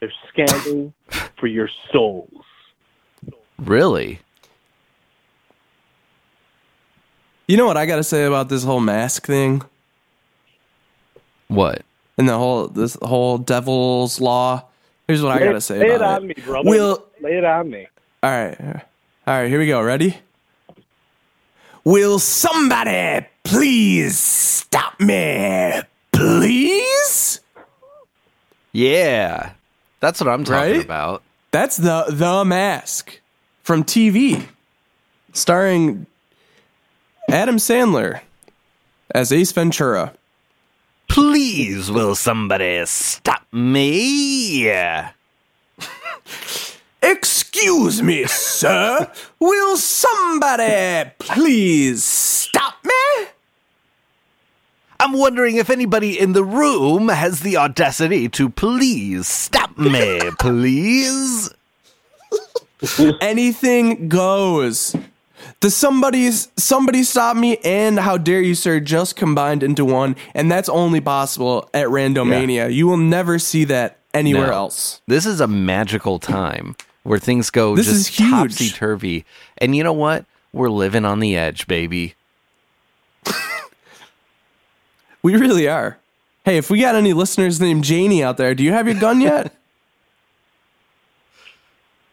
Speaker 9: They're scanning for your souls.
Speaker 1: Really?
Speaker 3: You know what I got to say about this whole mask thing
Speaker 1: What?
Speaker 3: and the whole this whole devil's law? Here's what I
Speaker 9: Lay-
Speaker 3: got to say
Speaker 9: Lay it
Speaker 3: about
Speaker 9: on
Speaker 3: it.
Speaker 9: me, brother.
Speaker 3: Will-
Speaker 9: Lay it on me.
Speaker 3: All right. All right, here we go. Ready? Will somebody please stop me? Please?
Speaker 1: Yeah. That's what I'm talking
Speaker 3: Right?
Speaker 1: about.
Speaker 3: That's the the mask from TV, starring Adam Sandler as Ace Ventura.
Speaker 1: Please, will somebody stop me?
Speaker 3: Excuse me, sir. Will somebody please stop me?
Speaker 1: I'm wondering if anybody in the room has the audacity to please stop me, please.
Speaker 3: Anything goes. The somebody's somebody stop me and how dare you, sir, just combined into one, and that's only possible at Randomania. You will never see that anywhere
Speaker 1: No.
Speaker 3: else.
Speaker 1: This is a magical time where things go
Speaker 3: This is
Speaker 1: just
Speaker 3: huge.
Speaker 1: topsy turvy. And you know what? We're living on the edge, baby.
Speaker 3: We really are. Hey, if we got any listeners named Janie out there, do you have your gun yet?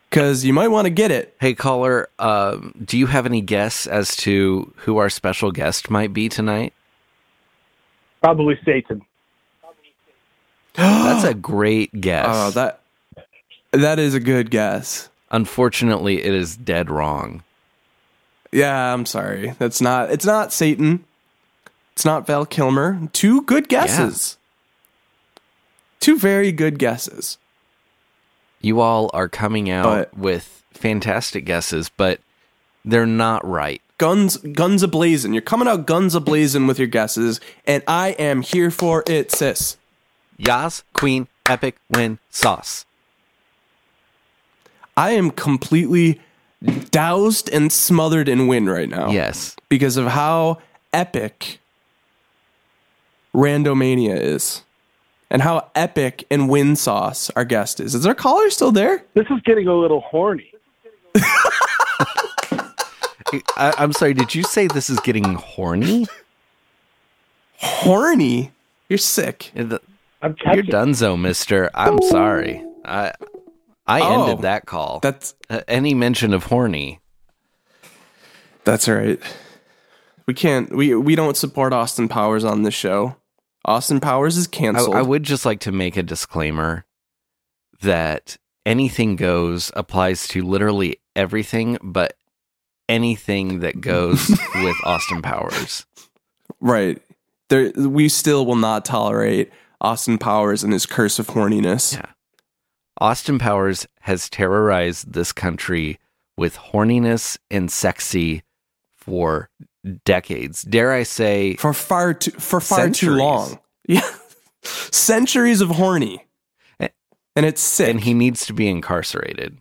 Speaker 3: Because you might want to get it.
Speaker 1: Hey, caller, um, do you have any guess as to who our special guest might be tonight?
Speaker 10: Probably Satan.
Speaker 1: That's a great guess.
Speaker 3: Oh, that that is a good guess.
Speaker 1: Unfortunately, it is dead wrong.
Speaker 3: Yeah, I'm sorry. That's not. It's not Satan. It's not Val Kilmer. Two good guesses. Two very good guesses.
Speaker 1: You all are coming out
Speaker 3: But-
Speaker 1: with fantastic guesses, but they're not right.
Speaker 3: Guns, guns ablazing. You're coming out guns ablazing with your guesses, and I am here for it, sis.
Speaker 1: Yas, Queen, Epic, Win, Sauce.
Speaker 3: I am completely doused and smothered in wind right now.
Speaker 1: Yes.
Speaker 3: because of how epic Randomania is and how epic and Wind Sauce our guest is. Is our caller still there?
Speaker 10: This is getting a little horny.
Speaker 1: I, I'm sorry, did you say this is getting horny?
Speaker 3: Horny. You're sick.
Speaker 1: The-
Speaker 10: I'm
Speaker 1: You're
Speaker 10: catching.
Speaker 1: donezo, mister. I'm sorry. I I
Speaker 3: Oh.
Speaker 1: ended that call.
Speaker 3: That's
Speaker 1: Uh, any mention of horny.
Speaker 3: that's all right. We can't we we don't support Austin Powers on this show. Austin Powers is
Speaker 1: I,
Speaker 3: canceled.
Speaker 1: I would just like to make a disclaimer that anything goes applies to literally everything but anything that goes with Austin Powers.
Speaker 3: right. There we still will not tolerate Austin Powers and his curse of horniness.
Speaker 1: Yeah. Austin Powers has terrorized this country with horniness and sexy for decades. Dare I say
Speaker 3: For far too for far too
Speaker 1: Centuries.
Speaker 3: long. Yeah. Centuries of horny.
Speaker 1: A-
Speaker 3: And it's sick.
Speaker 1: and he needs to be incarcerated.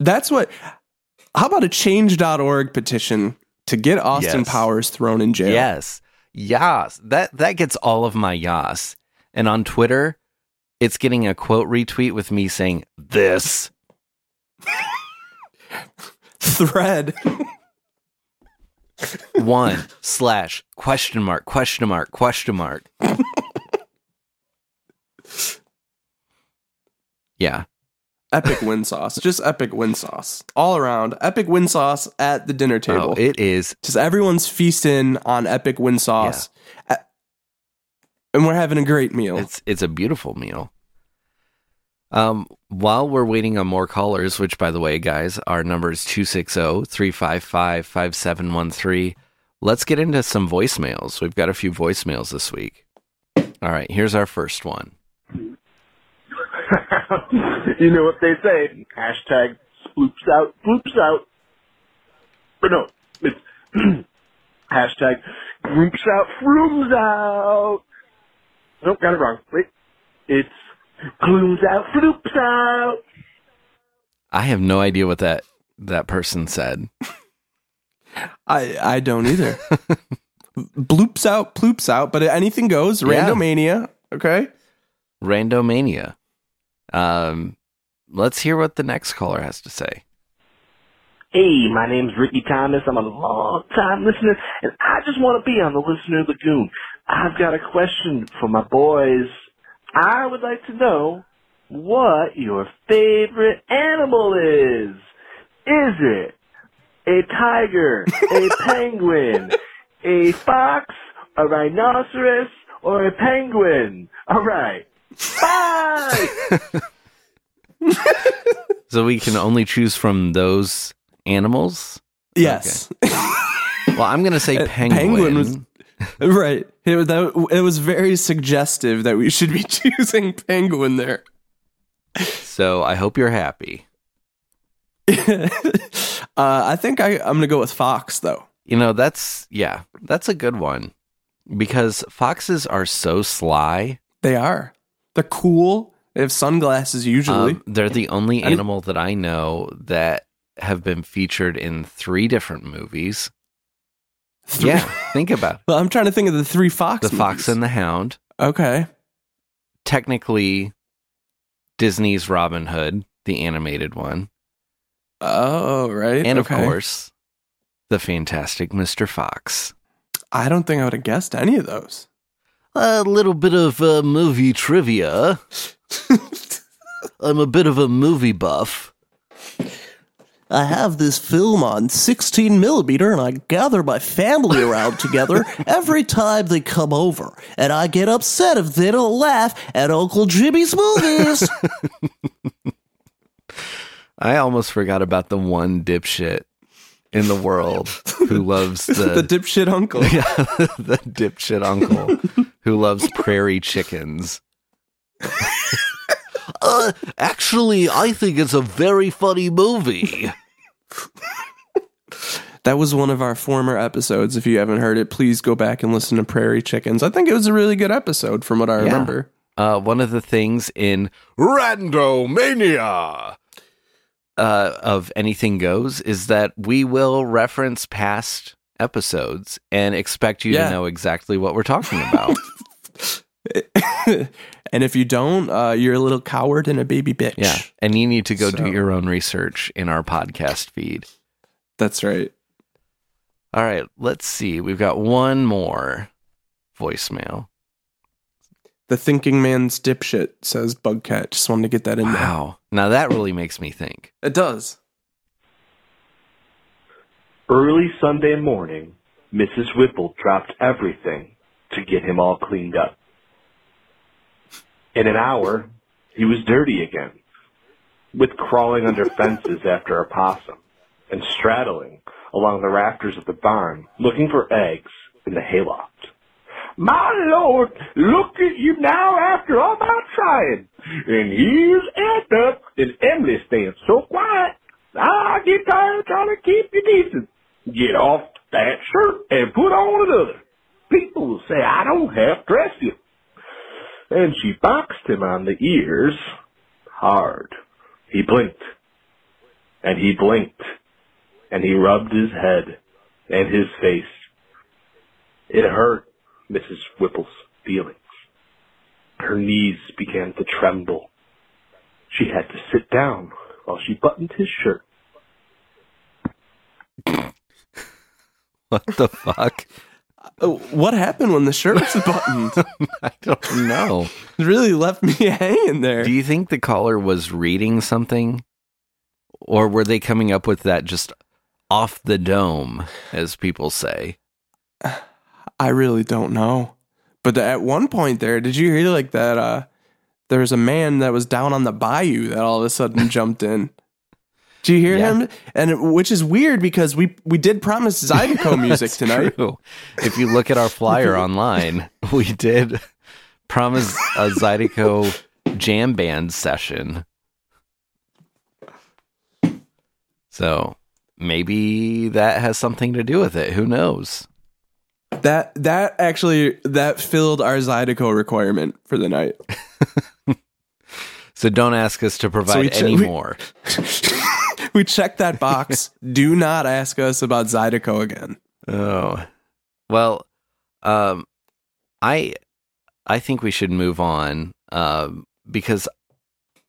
Speaker 3: That's what. How about a change.org petition to get Austin
Speaker 1: Yes.
Speaker 3: Powers thrown in jail?
Speaker 1: Yes. Yas. That that gets all of my yas. And on Twitter, it's getting a quote retweet with me saying this.
Speaker 3: Thread.
Speaker 1: One slash question mark question mark question mark. yeah. Oh,
Speaker 3: epic win sauce. Just epic win sauce. All around. Epic win sauce at the dinner
Speaker 1: Oh,
Speaker 3: table.
Speaker 1: it is
Speaker 3: Just everyone's feasting on epic win sauce. A- and we're having a great meal.
Speaker 1: It's it's a beautiful meal. Um, while we're waiting on more callers, which by the way, guys, our number is oh, 260-355-5713. Let's get into some voicemails. We've got a few voicemails this week. All right, here's our first one.
Speaker 10: you know what they say. Hashtag sploops out, bloops out. But no, it's hashtag groups out, frooms out. Nope, got it wrong. Wait. It's glooms out, floops out.
Speaker 1: I have no idea what that that person said.
Speaker 3: I, I don't either. Bloops out, ploops out, but anything goes.
Speaker 1: Yeah.
Speaker 3: Randomania. Okay.
Speaker 1: Randomania. Um, let's hear what the next caller has to say.
Speaker 10: Hey, my name's Ricky Thomas. I'm a long time listener, and I just want to be on the Listener Lagoon. I've got a question for my boys. I would like to know what your favorite animal is. Is it a tiger, a penguin, a fox, a rhinoceros, or a penguin? All right. Bye!
Speaker 1: So we can only choose from those animals.
Speaker 3: Yes.
Speaker 1: Well, I'm gonna say penguin.
Speaker 3: was- Right. It was, that, it was very suggestive that we should be choosing penguin there.
Speaker 1: So I hope you're happy.
Speaker 3: uh, I think I, I'm going to go with fox, though.
Speaker 1: You know, that's yeah, that's a good one because foxes are so sly.
Speaker 3: They are. They're cool. They have sunglasses usually.
Speaker 1: Um, they're the only
Speaker 3: I didn't-
Speaker 1: animal that I know that have been featured in three different movies.
Speaker 3: Three-
Speaker 1: Yeah, think about it.
Speaker 3: Well, I'm trying to think of the three fox.
Speaker 1: the Fox
Speaker 3: movies.
Speaker 1: and the Hound,
Speaker 3: okay.
Speaker 1: technically Disney's Robin Hood, the animated one,
Speaker 3: Oh, right.
Speaker 1: and of
Speaker 3: Okay.
Speaker 1: course, the fantastic Mr. Fox.
Speaker 3: I don't think I would have guessed any of those.
Speaker 5: A little bit of uh, movie trivia. I'm a bit of a movie buff.
Speaker 4: I have this film on 16 millimeter and I gather my family around together every time they come over. And I get upset if they don't laugh at Uncle Jimmy's movies.
Speaker 1: I almost forgot about the one dipshit in the world who loves
Speaker 3: the
Speaker 1: the,
Speaker 3: dipshit uncle.
Speaker 1: yeah, the dipshit uncle who loves prairie chickens.
Speaker 5: Uh, actually, I think it's a very funny movie.
Speaker 3: That was one of our former episodes. If you haven't heard it, please go back and listen to Prairie Chickens. I think it was a really good episode from what I remember.
Speaker 1: Uh, one of the things in
Speaker 11: Randomania.
Speaker 1: uh, of Anything Goes is that we will reference past episodes and expect you
Speaker 3: Yeah.
Speaker 1: to know exactly what we're talking about.
Speaker 3: and if you don't, uh, you're a little coward and a baby bitch.
Speaker 1: yeah. And you need to go
Speaker 3: So-
Speaker 1: do your own research in our podcast feed.
Speaker 3: That's right.
Speaker 1: All right. Let's see. We've got one more voicemail.
Speaker 3: The thinking man's dipshit, says Bugcat. Just wanted to get that in there.
Speaker 1: Wow. Now that really makes me think.
Speaker 3: It does.
Speaker 12: Early Sunday morning, Mrs. Whipple dropped everything to get him all cleaned up. In an hour, he was dirty again, with crawling under fences after a possum and straddling along the rafters of the barn looking for eggs in the hayloft. My lord, look at you now after all my trying. And here's Edna, and Emily staying so quiet. I get tired of trying to keep you decent. Get off that shirt and put on another. People will say I don't half dress you. And she boxed him on the ears hard. He blinked. And he blinked. And he rubbed his head and his face. It hurt. Mrs. Whipple's feelings. Her knees began to tremble. She had to sit down while she buttoned his shirt.
Speaker 1: What the fuck?
Speaker 3: Oh, What happened when the shirt was buttoned?
Speaker 1: I don't know.
Speaker 3: it really left me hanging there.
Speaker 1: Do you think the caller was reading something? Or were they coming up with that just off the dome, as people say?
Speaker 3: I really don't know. But the- at one point there, did you hear like that? Uh, there was a man that was down on the bayou that all of a sudden jumped in. Do you hear
Speaker 1: Yeah.
Speaker 3: him? And it- which is weird because we we did promise Zydeco Oh, music
Speaker 1: That's
Speaker 3: tonight.
Speaker 1: true. If you look at our flyer online, we did promise a Zydeco jam band session. So maybe that has something to do with it. Who knows?
Speaker 3: That that actually that filled our Zydeco requirement for the night.
Speaker 1: So don't ask us to provide
Speaker 3: we ch-
Speaker 1: any
Speaker 3: we-
Speaker 1: more.
Speaker 3: we checked that box. Do not ask us about Zydeco again.
Speaker 1: Oh. Well, um I I think we should move on um because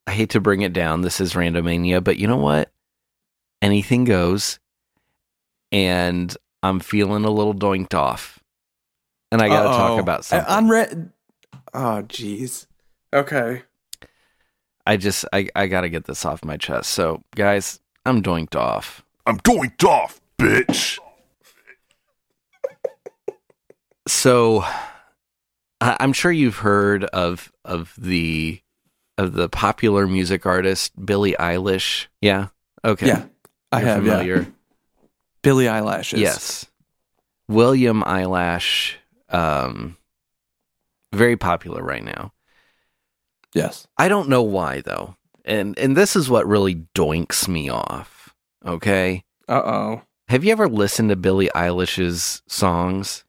Speaker 1: I hate to bring it down. This is randomania, but you know what? Anything goes. And I'm feeling a little doinked off. And I got to
Speaker 3: Uh-oh.
Speaker 1: talk about something.
Speaker 3: I, am re- Oh jeez. Okay.
Speaker 1: I just I I got to get this off my chest. So, guys, I'm doinked off.
Speaker 11: I'm doinked off, bitch.
Speaker 1: so I- I'm sure you've heard of of the of the popular music artist Billie Eilish. Yeah. Okay.
Speaker 3: Yeah. I
Speaker 1: You're
Speaker 3: have yeah.
Speaker 1: familiar.
Speaker 3: Billy eyelashes.
Speaker 1: Yes. William Eyelash, um, very popular right now.
Speaker 3: Yes.
Speaker 1: I don't know why though, and and this is what really doinks me off. Okay.
Speaker 3: Uh oh.
Speaker 1: Have you ever listened to Billie Eilish's songs?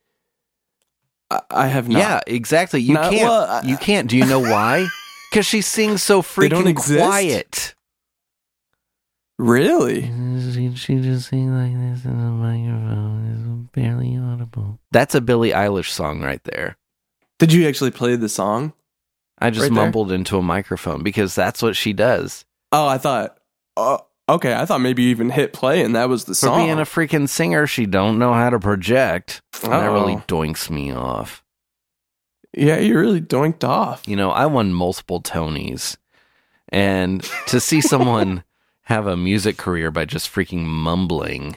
Speaker 3: I, I have not.
Speaker 1: Yeah, exactly. You
Speaker 3: No,
Speaker 1: can't.
Speaker 3: well, I-
Speaker 1: you can't. Do you know why? Because she sings so
Speaker 3: They don't
Speaker 1: freaking
Speaker 3: exist?
Speaker 1: quiet.
Speaker 3: Really?
Speaker 1: She just sings like this in the microphone. It's barely audible. That's a Billie Eilish song right there.
Speaker 3: Did you actually play the song?
Speaker 1: I just
Speaker 3: Right there.
Speaker 1: mumbled into a microphone because that's what she does.
Speaker 3: Oh, I thought. Oh, okay. I thought maybe you even hit play, and that was the
Speaker 1: For
Speaker 3: song.
Speaker 1: being a freaking singer, she don't know how to project. And that
Speaker 3: Uh-oh.
Speaker 1: really doinks me off.
Speaker 3: yeah, you really doinked off.
Speaker 1: You know, I won multiple Tonys. And to see someone have a music career by just freaking mumbling.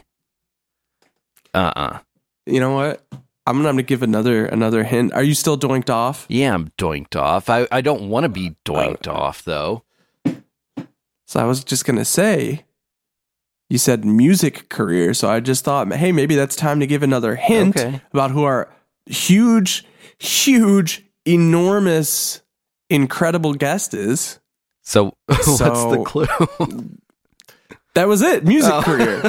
Speaker 1: Uh-uh.
Speaker 3: You know what? I'm gonna, I'm gonna give another another hint. Are you still doinked off?
Speaker 1: Yeah, I'm doinked off. I, I don't want to be doinked off though.
Speaker 3: So I was just gonna say, you said music career. So I just thought, hey, maybe that's time to give another hint
Speaker 1: Okay.
Speaker 3: about who our huge, huge, enormous, incredible guest is.
Speaker 1: So what's the
Speaker 3: So-
Speaker 1: clue?
Speaker 3: That was it. Music
Speaker 1: Oh.
Speaker 3: career.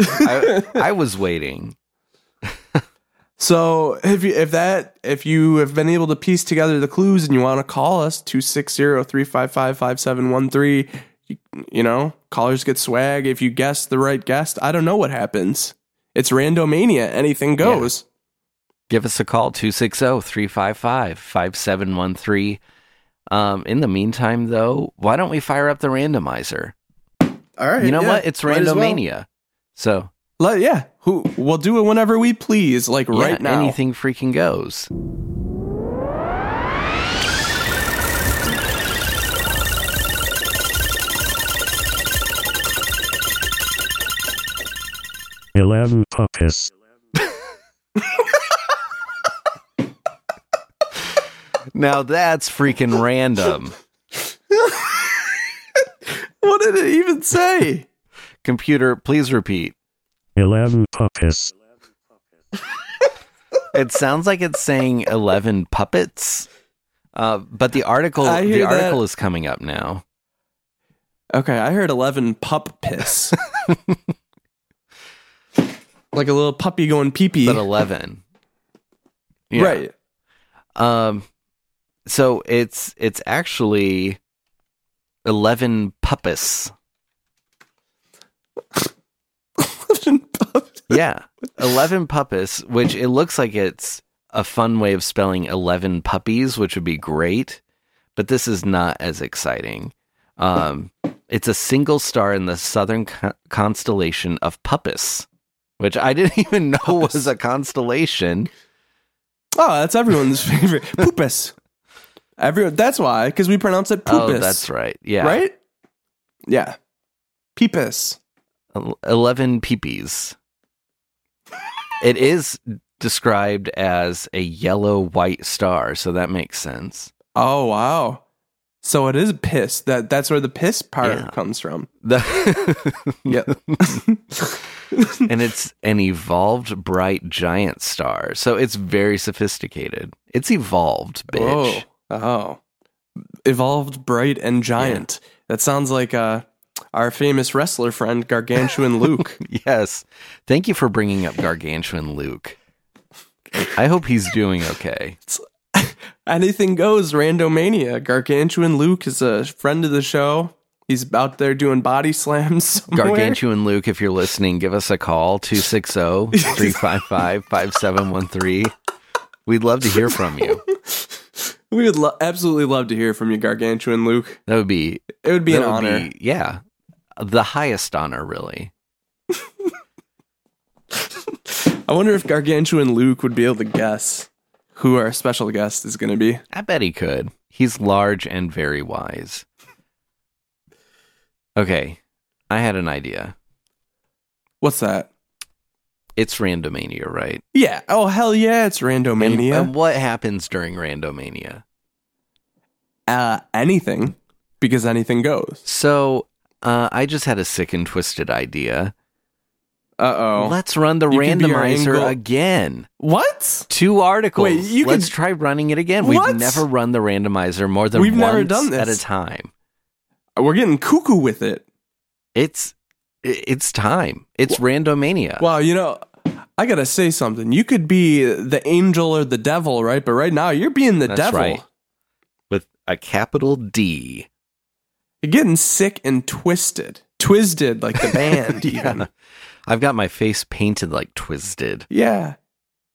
Speaker 1: I, I was waiting.
Speaker 3: So if you if that if you have been able to piece together the clues and you want to call us 260-355-5713, you, you know, callers get swag if you guess the right guest. I don't know what happens. It's randomania. Anything goes.
Speaker 1: give us a call oh, 260-355-5713 um, in the meantime though why don't we fire up the randomizer
Speaker 3: All right.
Speaker 1: you know
Speaker 3: yeah,
Speaker 1: what it's
Speaker 3: might as well.
Speaker 1: randomania so
Speaker 3: Let- yeah. Who we'll do it whenever we please, like
Speaker 1: yeah,
Speaker 3: right now.
Speaker 1: anything freaking goes
Speaker 12: Eleven puppies.
Speaker 1: now that's freaking random
Speaker 3: What did it even say?
Speaker 1: computer please repeat
Speaker 12: Eleven puppies.
Speaker 1: it sounds like it's saying 11 puppets uh, but the article
Speaker 3: I hear
Speaker 1: the
Speaker 3: that.
Speaker 1: article is coming up now
Speaker 3: Okay, I heard 11 pup piss. like a little puppy going pee pee.
Speaker 1: but 11 Yeah.
Speaker 3: Right.
Speaker 1: Um, so it's it's actually eleven puppets.
Speaker 3: 11 pup
Speaker 1: Yeah, eleven puppets. Which it looks like it's a fun way of spelling eleven puppies, which would be great. But this is not as exciting. Um, it's a single star in the southern co- constellation of Puppis, which I didn't even know was a constellation.
Speaker 3: Oh, that's everyone's favorite. Poopus. Everyone. That's why, because we pronounce it poopus.
Speaker 1: Oh, that's right. Yeah,
Speaker 3: Right? Yeah. Peepus.
Speaker 1: El- 11 peepees. it is described as a yellow white star, so that makes sense.
Speaker 3: Oh wow. So it is piss. That that's where the piss part
Speaker 1: Yeah.
Speaker 3: comes from.
Speaker 1: The-
Speaker 3: Yep.
Speaker 1: and it's an evolved bright giant star, so it's very sophisticated. It's evolved, bitch.
Speaker 3: Oh. Oh. Evolved, bright, and giant. That sounds like uh, our famous wrestler friend, Gargantuan Luke.
Speaker 1: Yes. Thank you for bringing up Gargantuan Luke. I hope he's doing okay.
Speaker 3: Anything goes, Randomania. Gargantuan Luke is a friend of the show. He's out there doing body slams. Somewhere.
Speaker 1: Gargantuan Luke, if you're listening, give us a call oh, 260 355 5713. We'd love to hear from you.
Speaker 3: We would lo- absolutely love to hear from you, Gargantuan Luke.
Speaker 1: That would be,
Speaker 3: It would be
Speaker 1: that
Speaker 3: an
Speaker 1: would
Speaker 3: honor.
Speaker 1: be- yeah. The highest honor, really.
Speaker 3: I wonder if Gargantuan Luke would be able to guess who our special guest is going to be.
Speaker 1: I bet he could. He's large and very wise. Okay. I had an idea.
Speaker 3: What's that?
Speaker 1: It's Randomania, right?
Speaker 3: Yeah. Oh, hell yeah. It's
Speaker 1: And-
Speaker 3: Randomania.
Speaker 1: and what happens during Randomania?
Speaker 3: uh, anything because anything goes.
Speaker 1: So uh, I just had a sick and twisted idea.
Speaker 3: Uh oh.
Speaker 1: Let's run the
Speaker 3: You can be our
Speaker 1: randomizer
Speaker 3: angle-
Speaker 1: again.
Speaker 3: What?
Speaker 1: Two articles.
Speaker 3: Wait, you
Speaker 1: Let's
Speaker 3: could-
Speaker 1: try running it again.
Speaker 3: What?
Speaker 1: We've never run the randomizer more than
Speaker 3: We've
Speaker 1: once
Speaker 3: never done
Speaker 1: at a
Speaker 3: this.
Speaker 1: time.
Speaker 3: We're getting cuckoo with it.
Speaker 1: It's i- it's time. It's randomania.
Speaker 3: Wow, you know, I gotta say something. You could be the angel or the devil, right? But right now you're being the
Speaker 1: That's
Speaker 3: devil.
Speaker 1: right. With a capital D.
Speaker 3: You're getting sick and twisted. Twisted like the band.
Speaker 1: yeah.
Speaker 3: even.
Speaker 1: I've got my face painted like twisted.
Speaker 3: Yeah.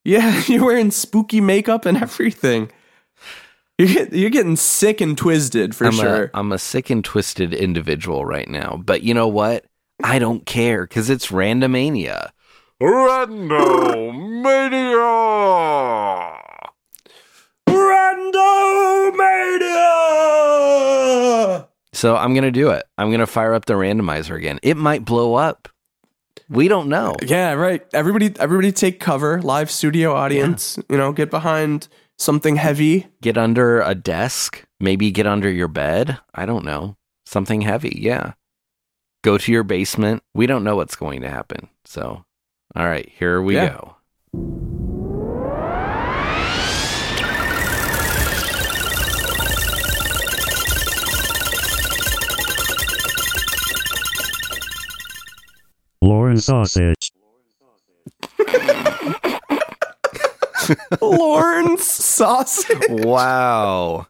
Speaker 3: Yeah, you're wearing spooky makeup and everything. You're, get- you're getting sick and twisted for
Speaker 1: I'm
Speaker 3: sure.
Speaker 1: A, I'm a sick and twisted individual right now, but you know what? I don't care because it's randomania.
Speaker 4: Randomania!
Speaker 3: Randomania!
Speaker 1: So I'm gonna do it. I'm gonna fire up the randomizer again. It might blow up. We don't know.
Speaker 3: Yeah, right. Everybody, everybody, take cover. Live studio audience. You know, get behind something heavy.
Speaker 1: Get under a desk. Maybe get under your bed. I don't know. Something heavy. Yeah. Go to your basement. We don't know what's going to happen. So, all right, here we
Speaker 3: Yeah.
Speaker 1: go.
Speaker 12: Lauren sausage.
Speaker 3: Lawrence sausage.
Speaker 1: Wow.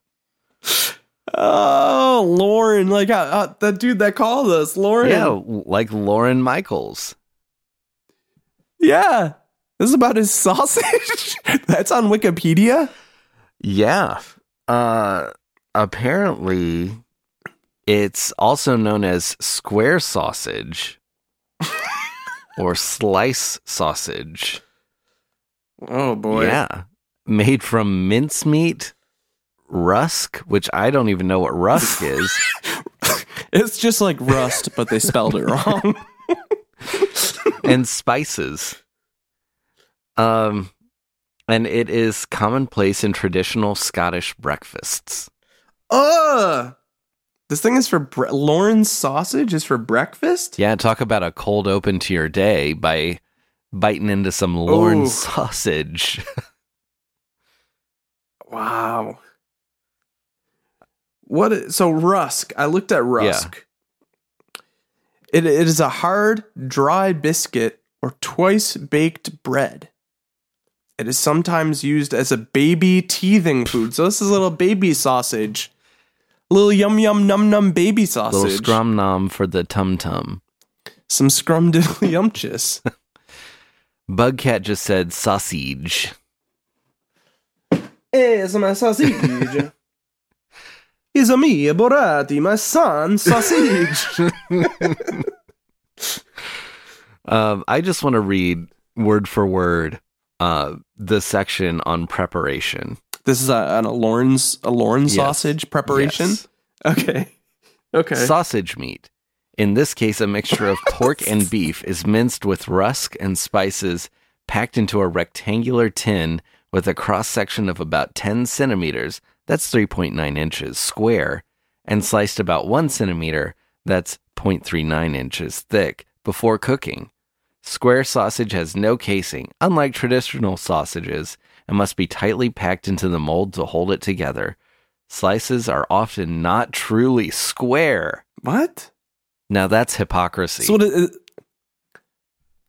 Speaker 3: Oh, Lauren! Like uh, uh, that dude that called us, Lauren.
Speaker 1: Yeah, like Lauren Michaels.
Speaker 3: Yeah. This is about his sausage. That's on Wikipedia.
Speaker 1: Yeah. Uh apparently it's also known as square sausage or slice sausage.
Speaker 3: Oh boy.
Speaker 1: Yeah. Made from mincemeat, rusk, which I don't even know what rusk is.
Speaker 3: It's just like rust, but they spelled it wrong.
Speaker 1: and spices. Um, and it is commonplace in traditional Scottish breakfasts.
Speaker 3: Ugh. Uh, This thing is for bre- Lauren's sausage is for breakfast.
Speaker 1: Yeah, talk about a cold open to your day by biting into some Lorne
Speaker 3: Ooh.
Speaker 1: sausage.
Speaker 3: Wow. What? i- So rusk. I looked at rusk. It it is a hard, dry biscuit or twice baked bread. It is sometimes used as a baby teething food. So this is a little baby sausage, little yum yum num num baby sausage.
Speaker 1: Little scrum nom for the tum tum.
Speaker 3: Some scrum diddly yumptious.
Speaker 1: Bugcat just said sausage.
Speaker 3: Is my sausage. Is a me Borati, my son sausage.
Speaker 1: Um, I just want to read word for word uh, the section on preparation.
Speaker 3: This is a, on a Lorne's a Lorne
Speaker 1: Yes.
Speaker 3: sausage preparation.
Speaker 1: Yes.
Speaker 3: Okay. Okay.
Speaker 1: Sausage meat. In this case, a mixture of pork and beef is minced with rusk and spices, packed into a rectangular tin with a cross section of about 10 centimeters, that's 3.9 inches square, and sliced about 1 centimeter, that's 0.39 inches thick, before cooking. Square sausage has no casing, unlike traditional sausages, and must be tightly packed into the mold to hold it together. Slices are often not truly square.
Speaker 3: what?
Speaker 1: Now that's hypocrisy.
Speaker 3: So what is,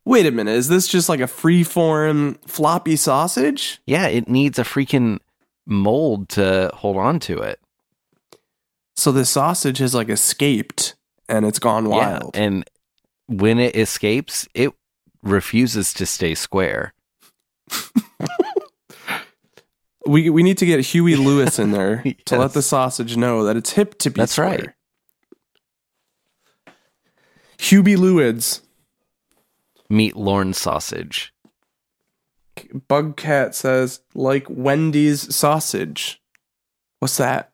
Speaker 3: Wait a minute. Is this just like a free-form floppy sausage?
Speaker 1: yeah, it needs a freaking mold to hold on to it.
Speaker 3: So the sausage has like escaped and it's gone wild.
Speaker 1: Yeah, and when it escapes, it refuses to stay square.
Speaker 3: we we need to get Huey Lewis in there to let the sausage know that it's hip to be
Speaker 1: That's
Speaker 3: square.
Speaker 1: right.
Speaker 3: Huey Lewis.
Speaker 1: Meat Lorne sausage.
Speaker 3: Bugcat says, like Wendy's sausage. What's that?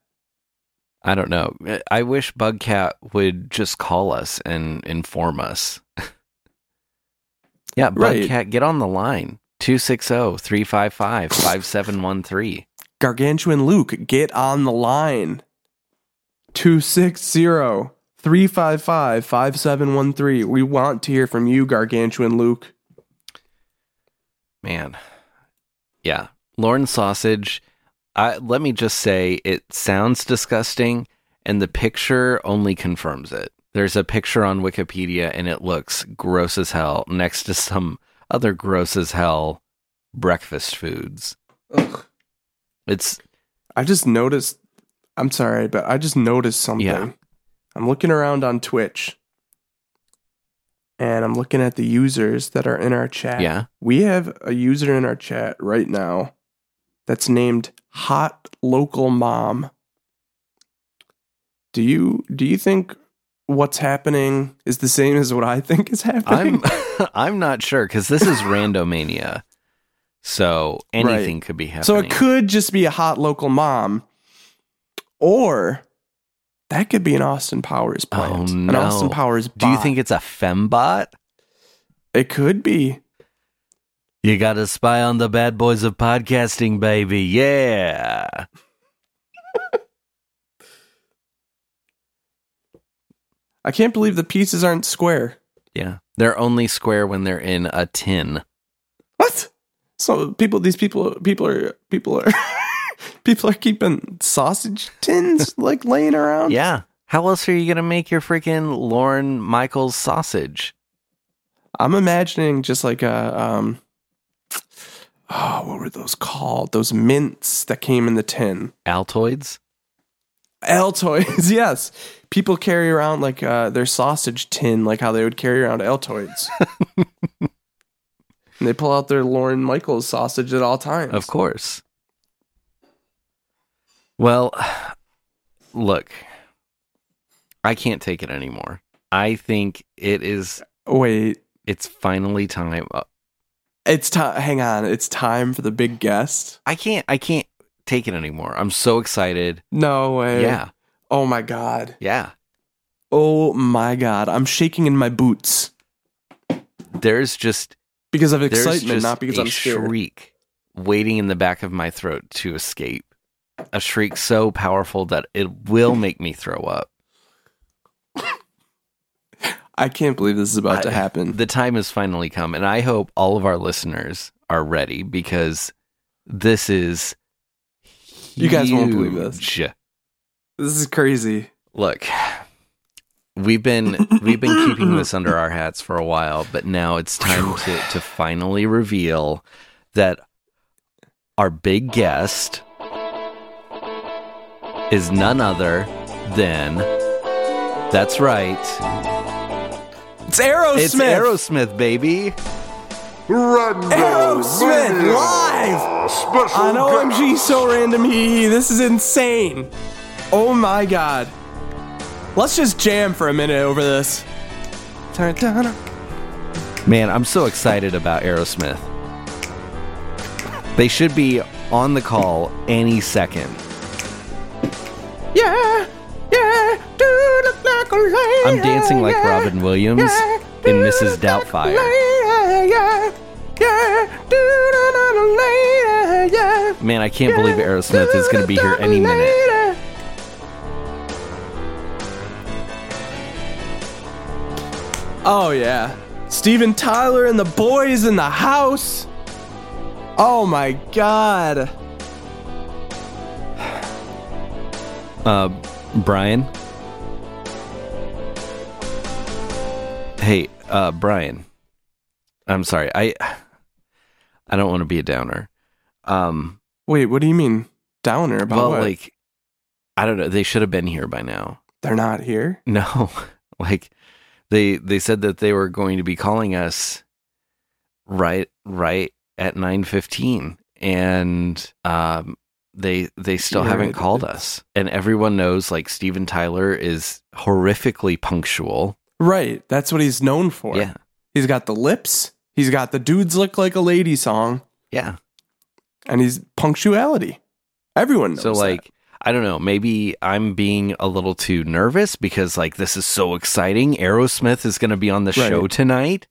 Speaker 1: I don't know. I wish Bugcat would just call us and inform us. yeah,
Speaker 3: Right.
Speaker 1: Bugcat, get on the line. oh, 260-355-5713.
Speaker 3: Gargantuan Luke, get on the line. 260 355 5713. We want to hear from you, Gargantuan Luke.
Speaker 1: Man. Yeah. Lauren sausage. I, let me just say it sounds disgusting and the picture only confirms it. There's a picture on Wikipedia and it looks gross as hell next to some other gross as hell breakfast foods.
Speaker 3: Ugh.
Speaker 1: It's
Speaker 3: I just noticed. I'm sorry, but I just noticed something.
Speaker 1: Yeah.
Speaker 3: I'm looking around on Twitch and I'm looking at the users that are in our chat.
Speaker 1: yeah.
Speaker 3: We have a user in our chat right now that's named hot local mom. Do you do you think what's happening is the same as what I think is happening?
Speaker 1: I'm I'm not sure because this is randomania, so anything could be happening.
Speaker 3: so it could just be a hot local mom, or that could be an Austin Powers plant,
Speaker 1: Oh,
Speaker 3: an
Speaker 1: no.
Speaker 3: Austin Powers.
Speaker 1: Do you
Speaker 3: bot.
Speaker 1: think it's a fembot?
Speaker 3: It could be.
Speaker 1: You got to spy on the bad boys of podcasting, baby. Yeah.
Speaker 3: I can't believe the pieces aren't square.
Speaker 1: Yeah. They're only square when they're in a tin.
Speaker 3: What? So people, these people, people are, people are, people are keeping sausage tins like laying around.
Speaker 1: Yeah. How else are you going to make your freaking Lauren Michaels sausage?
Speaker 3: I'm imagining just like a, um, oh, what were those called? Those mints that came in the tin.
Speaker 1: Altoids?
Speaker 3: Altoids, yes. People carry around like uh, their sausage tin, like how they would carry around Altoids. and they pull out their Lauren Michaels sausage at all times.
Speaker 1: Of course. Well, look, I can't take it anymore. I think it is,
Speaker 3: Wait,
Speaker 1: it's finally time. Uh,
Speaker 3: it's time. Hang on, it's time for the big guest.
Speaker 1: I can't, I can't take it anymore. I'm so excited.
Speaker 3: No way.
Speaker 1: Yeah.
Speaker 3: Oh my god.
Speaker 1: Yeah.
Speaker 3: Oh my god. I'm shaking in my boots
Speaker 1: There's just,
Speaker 3: because of
Speaker 1: there's
Speaker 3: excitement,
Speaker 1: just
Speaker 3: not because
Speaker 1: a
Speaker 3: I'm scared.
Speaker 1: shriek waiting in the back of my throat to escape. A shriek so powerful that it will make me throw up.
Speaker 3: I can't believe this is about to
Speaker 1: I-
Speaker 3: happen.
Speaker 1: The time has finally come, and I hope all of our listeners are ready because this is.
Speaker 3: You guys won't believe this.
Speaker 1: huge.
Speaker 3: this is crazy.
Speaker 1: Look, we've been we've been keeping this under our hats for a while, but now it's time to to finally reveal that our big guest is none other than. That's right.
Speaker 3: It's Aerosmith.
Speaker 1: It's Aerosmith, baby.
Speaker 4: Random
Speaker 3: Aerosmith
Speaker 4: Radio.
Speaker 3: live
Speaker 4: Special
Speaker 1: Oh,
Speaker 3: on OMG
Speaker 4: guest.
Speaker 3: So Random He. This is insane. Oh my god. Let's just jam for a minute over this. Turn it down.
Speaker 1: Man, I'm so excited about Aerosmith. They should be on the call any second.
Speaker 3: Yeah, yeah, do look like a lady.
Speaker 1: I'm dancing like Robin Williams in Mrs. Doubtfire.
Speaker 3: Yeah, yeah, yeah, do look like a lady. Yeah,
Speaker 1: Man, I can't believe Aerosmith is going to be
Speaker 3: do
Speaker 1: here any
Speaker 3: look like
Speaker 1: minute.
Speaker 3: a lady. Oh yeah, Steven Tyler and the boys in the house. Oh my God.
Speaker 1: Uh, Brian? Hey, uh, Brian. I'm sorry. I I don't want to be a downer. Um,
Speaker 3: Wait, what do you mean downer about
Speaker 1: well,
Speaker 3: what?
Speaker 1: like I don't know. They should have been here by now.
Speaker 3: They're not here.
Speaker 1: No, like they they said that they were going to be calling us right right at nine fifteen, and um they they still
Speaker 3: You're
Speaker 1: haven't
Speaker 3: right.
Speaker 1: called us. And everyone knows like Steven Tyler is horrifically punctual.
Speaker 3: Right, that's what he's known for.
Speaker 1: Yeah,
Speaker 3: He's got the lips. He's got the dudes look like a lady song,
Speaker 1: yeah.
Speaker 3: and he's punctuality. Everyone knows.
Speaker 1: So
Speaker 3: that.
Speaker 1: like. I don't know. Maybe I'm being a little too nervous because, like, this is so exciting. Aerosmith is going to be on the
Speaker 3: Right.
Speaker 1: show tonight.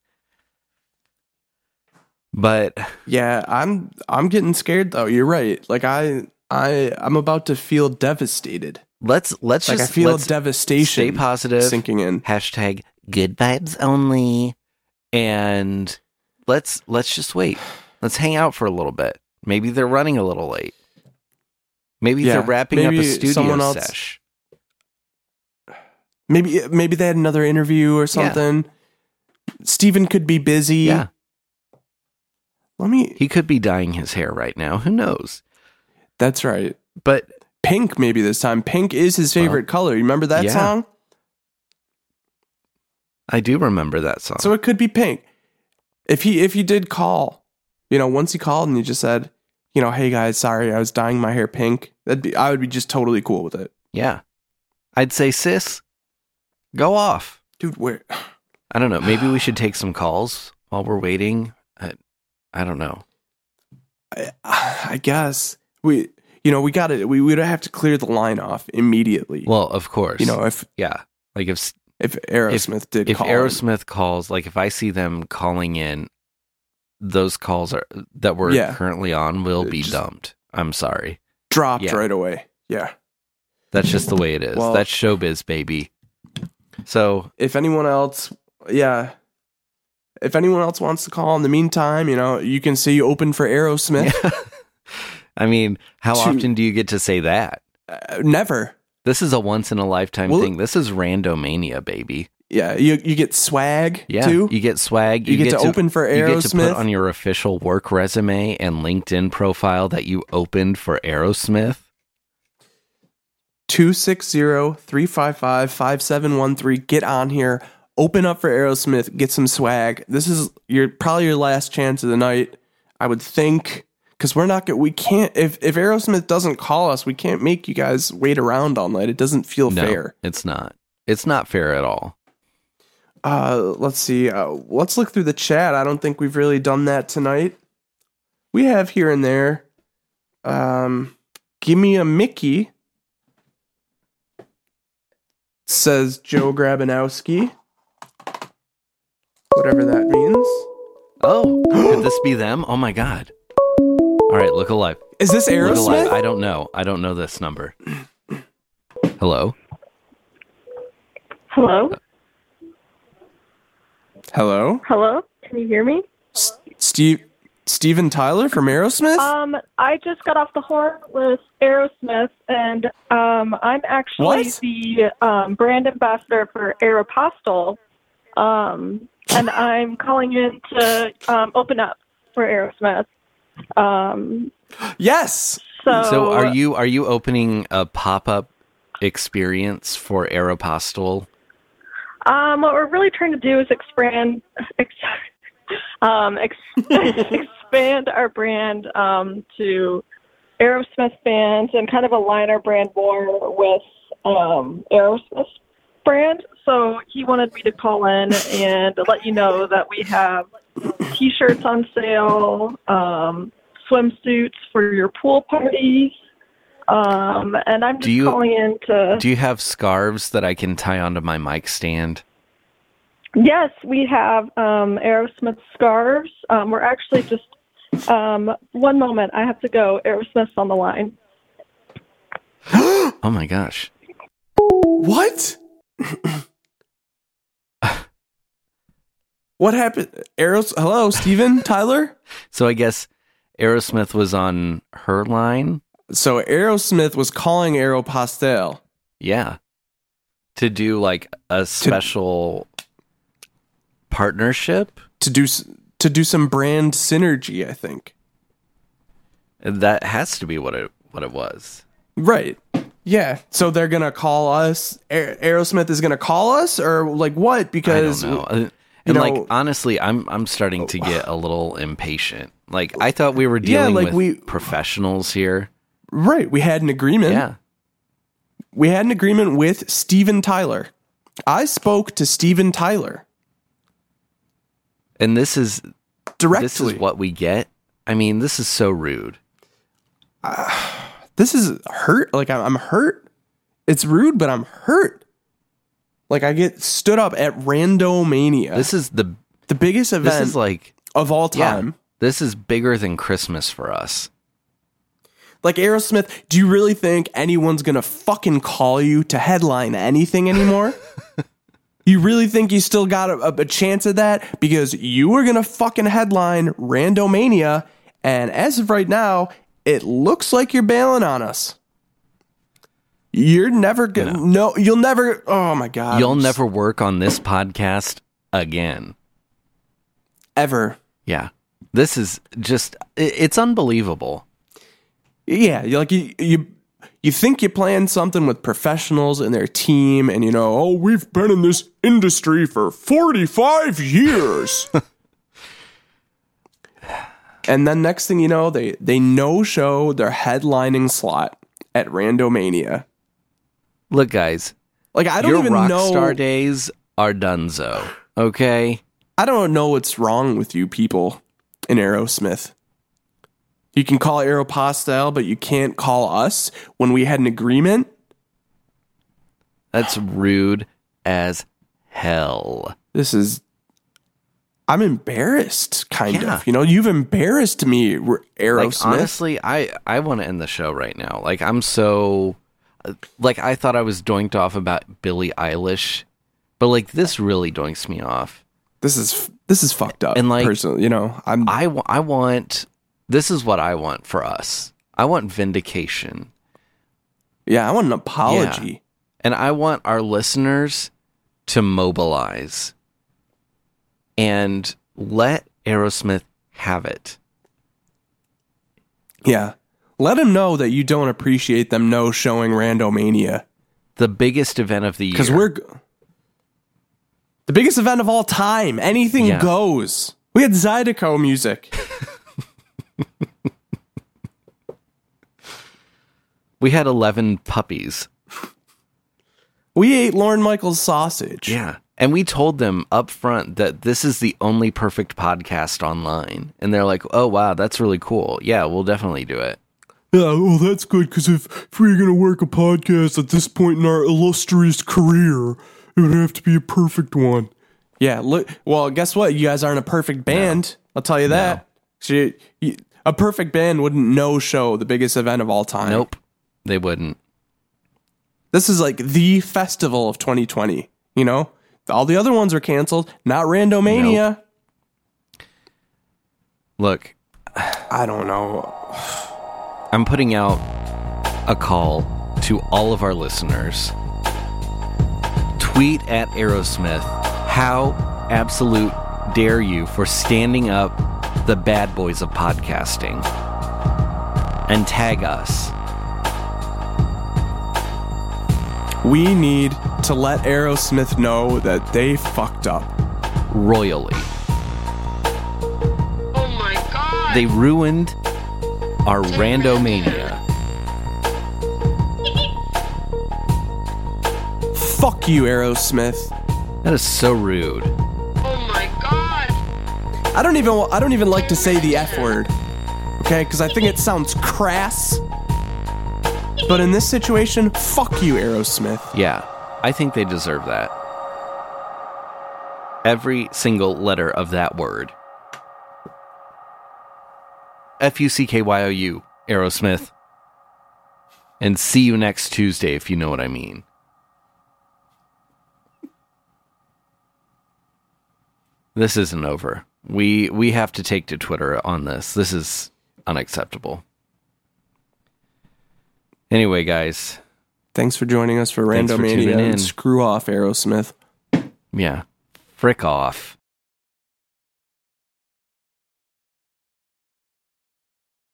Speaker 1: But
Speaker 3: yeah, I'm I'm getting scared though. You're right. Like I I I'm about to feel devastated.
Speaker 1: let's let's
Speaker 3: Like
Speaker 1: just
Speaker 3: I feel
Speaker 1: let's stay
Speaker 3: devastation
Speaker 1: positive.
Speaker 3: sinking in.
Speaker 1: Hashtag good vibes only, and let's let's just wait. Let's hang out for a little bit. Maybe they're running a little late. Maybe
Speaker 3: Yeah,
Speaker 1: they're wrapping up a
Speaker 3: maybe
Speaker 1: studio
Speaker 3: someone else-
Speaker 1: sesh.
Speaker 3: Maybe maybe they had another interview or something. Steven could be busy.
Speaker 1: Yeah,
Speaker 3: Let me.
Speaker 1: he could be dyeing his hair right now. Who knows?
Speaker 3: That's right.
Speaker 1: But
Speaker 3: Pink maybe this time. Pink is his favorite color. You remember that
Speaker 1: yeah.
Speaker 3: song?
Speaker 1: I do remember that song.
Speaker 3: So it could be pink. If he if he did call, you know, once he called and he just said, you know, hey guys, sorry, I was dyeing my hair pink. That'd be I would be just totally cool with it.
Speaker 1: Yeah. I'd say, sis, go off.
Speaker 3: Dude, where?
Speaker 1: I don't know. Maybe we should take some calls while we're waiting. I, I don't know.
Speaker 3: I, I guess we, you know, we got to we would have to clear the line off immediately.
Speaker 1: Well, of course.
Speaker 3: you know, if
Speaker 1: yeah. Like if
Speaker 3: if Aerosmith did
Speaker 1: if
Speaker 3: call,
Speaker 1: Aerosmith calls, like if I see them calling in, those calls are that we're
Speaker 3: Yeah.
Speaker 1: currently on will
Speaker 3: It
Speaker 1: be
Speaker 3: just-
Speaker 1: dumped. I'm sorry.
Speaker 3: dropped
Speaker 1: yeah.
Speaker 3: right away. Yeah.
Speaker 1: That's just the way it is.
Speaker 3: Well-
Speaker 1: That's showbiz, baby. So
Speaker 3: If anyone else, yeah. If anyone else wants to call in the meantime, you know, you can say you open for Aerosmith.
Speaker 1: I mean, how
Speaker 3: To-
Speaker 1: often do you get to say that?
Speaker 3: Uh, never.
Speaker 1: This is a once in a lifetime
Speaker 3: Well-
Speaker 1: thing. This is randomania, baby.
Speaker 3: Yeah, you you get swag
Speaker 1: Yeah,
Speaker 3: too.
Speaker 1: you get swag.
Speaker 3: You get to open for
Speaker 1: You get to
Speaker 3: Aerosmith.
Speaker 1: put on your official work resume and LinkedIn profile that you opened for Aerosmith.
Speaker 3: 260-355-5713 get on here open up for aerosmith get some swag this is your probably your last chance of the night i would think because we're not going we can't if, if aerosmith doesn't call us we can't make you guys wait around all night it doesn't feel
Speaker 1: No,
Speaker 3: fair
Speaker 1: it's not. It's not fair at all.
Speaker 3: uh let's see uh, let's look through the chat i don't think we've really done that tonight we have here and there um give me a mickey says joe grabanowski whatever that means
Speaker 1: Oh, could this be them? Oh my god! All right, look alive.
Speaker 3: is this
Speaker 1: Look alive. I
Speaker 3: aerosmith
Speaker 1: don't know. I don't know this number. Hello.
Speaker 13: Hello?
Speaker 3: hello
Speaker 13: Hello? Can you hear me?
Speaker 3: steve steven tyler from aerosmith
Speaker 8: Uh,
Speaker 13: Um, I just got off the horn with Aerosmith, and um, I'm actually
Speaker 3: What?
Speaker 13: the um, brand ambassador for Aeropostale. Um, and I'm calling in to um, open up for Aerosmith. Um,
Speaker 3: yes
Speaker 13: so,
Speaker 8: Oh.
Speaker 1: So are you are you opening a pop up experience for Aeropostale?
Speaker 13: Um, what we're really trying to do is expand, ex- um, ex- expand our brand um, to Aerosmith fans and kind of align our brand more with um, Aerosmith brand. So he wanted me to call in and let you know that we have T-shirts on sale, um, swimsuits for your pool parties, um, and I'm just
Speaker 1: Do you-
Speaker 13: calling in to.
Speaker 1: Do you have scarves that I can tie onto my mic stand?
Speaker 13: Yes, we have um, Aerosmith scarves. Um, we're actually just um, one moment. I have to go. Aerosmith's on the line.
Speaker 1: Oh my gosh.
Speaker 3: what what happened aeros hello steven tyler
Speaker 1: So I guess Aerosmith was on her line.
Speaker 3: So Aerosmith was calling Aeropostale.
Speaker 1: Yeah. To do like a special partnership
Speaker 3: to do s- to do some brand synergy. I think.
Speaker 1: that has to be what it what it was.
Speaker 3: Right. Yeah. So they're gonna call us. Aer- Aerosmith is gonna call us, or like what?
Speaker 1: I don't
Speaker 3: Because
Speaker 1: know. And
Speaker 3: know- Oh.
Speaker 1: like honestly, I'm I'm starting to get a little impatient. Like I thought we were
Speaker 3: Yeah,
Speaker 1: dealing
Speaker 3: like
Speaker 1: with
Speaker 3: we-
Speaker 1: professionals here.
Speaker 3: right, we had an agreement.
Speaker 1: Yeah.
Speaker 3: We had an agreement with Steven Tyler. I spoke to Steven Tyler
Speaker 1: And this is
Speaker 3: directly.
Speaker 1: this is what we get. I mean, this is so rude.
Speaker 3: this is hurt. Like I- I'm hurt. It's rude, but I'm hurt. Like I get stood up at Randomania.
Speaker 1: This is the
Speaker 3: the biggest event
Speaker 1: this is like
Speaker 3: of all
Speaker 1: yeah,
Speaker 3: time.
Speaker 1: This is bigger than Christmas for us.
Speaker 3: Like Aerosmith, do you really think anyone's gonna fucking call you to headline anything anymore? you really think you still got a, a, a chance of that? Because you were gonna fucking headline Randomania, and as of right now, it looks like you're bailing on us. You're never gonna no, you'll never oh my god.
Speaker 1: You'll never work on this podcast again.
Speaker 3: ever.
Speaker 1: Yeah. This is just it, it's unbelievable.
Speaker 3: Yeah, you like you you you think you plan something with professionals and their team, and you know, oh, we've been in this industry for forty five years. And then next thing you know, they they no show their headlining slot at Randomania.
Speaker 1: Look, guys,
Speaker 3: like I don't
Speaker 1: Your
Speaker 3: even
Speaker 1: rock
Speaker 3: know.
Speaker 1: star days are donezo. Okay,
Speaker 3: I don't know what's wrong with you people in Aerosmith. You can call Aeropostale, but you can't call us when we had an agreement.
Speaker 1: That's rude as hell.
Speaker 3: This is. I'm embarrassed, kind
Speaker 1: Yeah.
Speaker 3: of. You know, you've embarrassed me, R- Aerosmith.
Speaker 1: Like honestly, I I want to end the show right now. Like I'm so like I thought I was doinked off about Billie Eilish, but like this really doinks me off.
Speaker 3: This is this is fucked up.
Speaker 1: And like
Speaker 3: personally, you know, I'm
Speaker 1: I wa- I want this is what I want for us. I want vindication.
Speaker 3: yeah, I want an apology.
Speaker 1: Yeah. And I want our listeners to mobilize and let Aerosmith have it.
Speaker 3: Yeah. Let them know that you don't appreciate them no showing Randomania.
Speaker 1: The biggest event of the year.
Speaker 3: Because we're g- the biggest event of all time. Anything
Speaker 1: Yeah.
Speaker 3: goes. We had Zydeco music.
Speaker 1: we had 11 puppies.
Speaker 3: We ate Lauren Michaels sausage.
Speaker 1: Yeah. And we told them up front that this is the only perfect podcast online. And they're like, oh, wow, that's really cool. Yeah, we'll definitely do it.
Speaker 3: Yeah, well, that's good because if, if we we're going to work a podcast at this point in our illustrious career, it would have to be a perfect one. Yeah, look. Well, guess what? You guys aren't a perfect band. I'll tell you that. So you- you- a perfect band wouldn't no show the biggest event of all time.
Speaker 1: Nope. They wouldn't.
Speaker 3: This is like the festival of 2020. You know, all the other ones are canceled. Not Randomania.
Speaker 1: Look,
Speaker 3: I don't know.
Speaker 1: I'm putting out a call to all of our listeners. Tweet at Aerosmith. How absolute dare you for standing up the bad boys of podcasting? And tag us.
Speaker 3: We need to let Aerosmith know that they fucked up.
Speaker 1: royally.
Speaker 2: Oh
Speaker 1: They ruined our randomania.
Speaker 3: Fuck you, Aerosmith.
Speaker 1: That is so rude.
Speaker 2: Oh
Speaker 3: I don't even I don't even like to say the F word. Okay, cuz I think it sounds crass. But in this situation, fuck you Aerosmith.
Speaker 1: Yeah, I think they deserve that. Every single letter of that word. F U C K Y O U, Aerosmith. And see you next Tuesday if you know what I mean. This isn't over. We we have to take to Twitter on this. This is unacceptable. Anyway, guys.
Speaker 3: Thanks for joining us for
Speaker 1: Thanks for tuning
Speaker 3: Randomania.
Speaker 1: in.
Speaker 3: and screw off Aerosmith.
Speaker 1: Yeah. Frick off.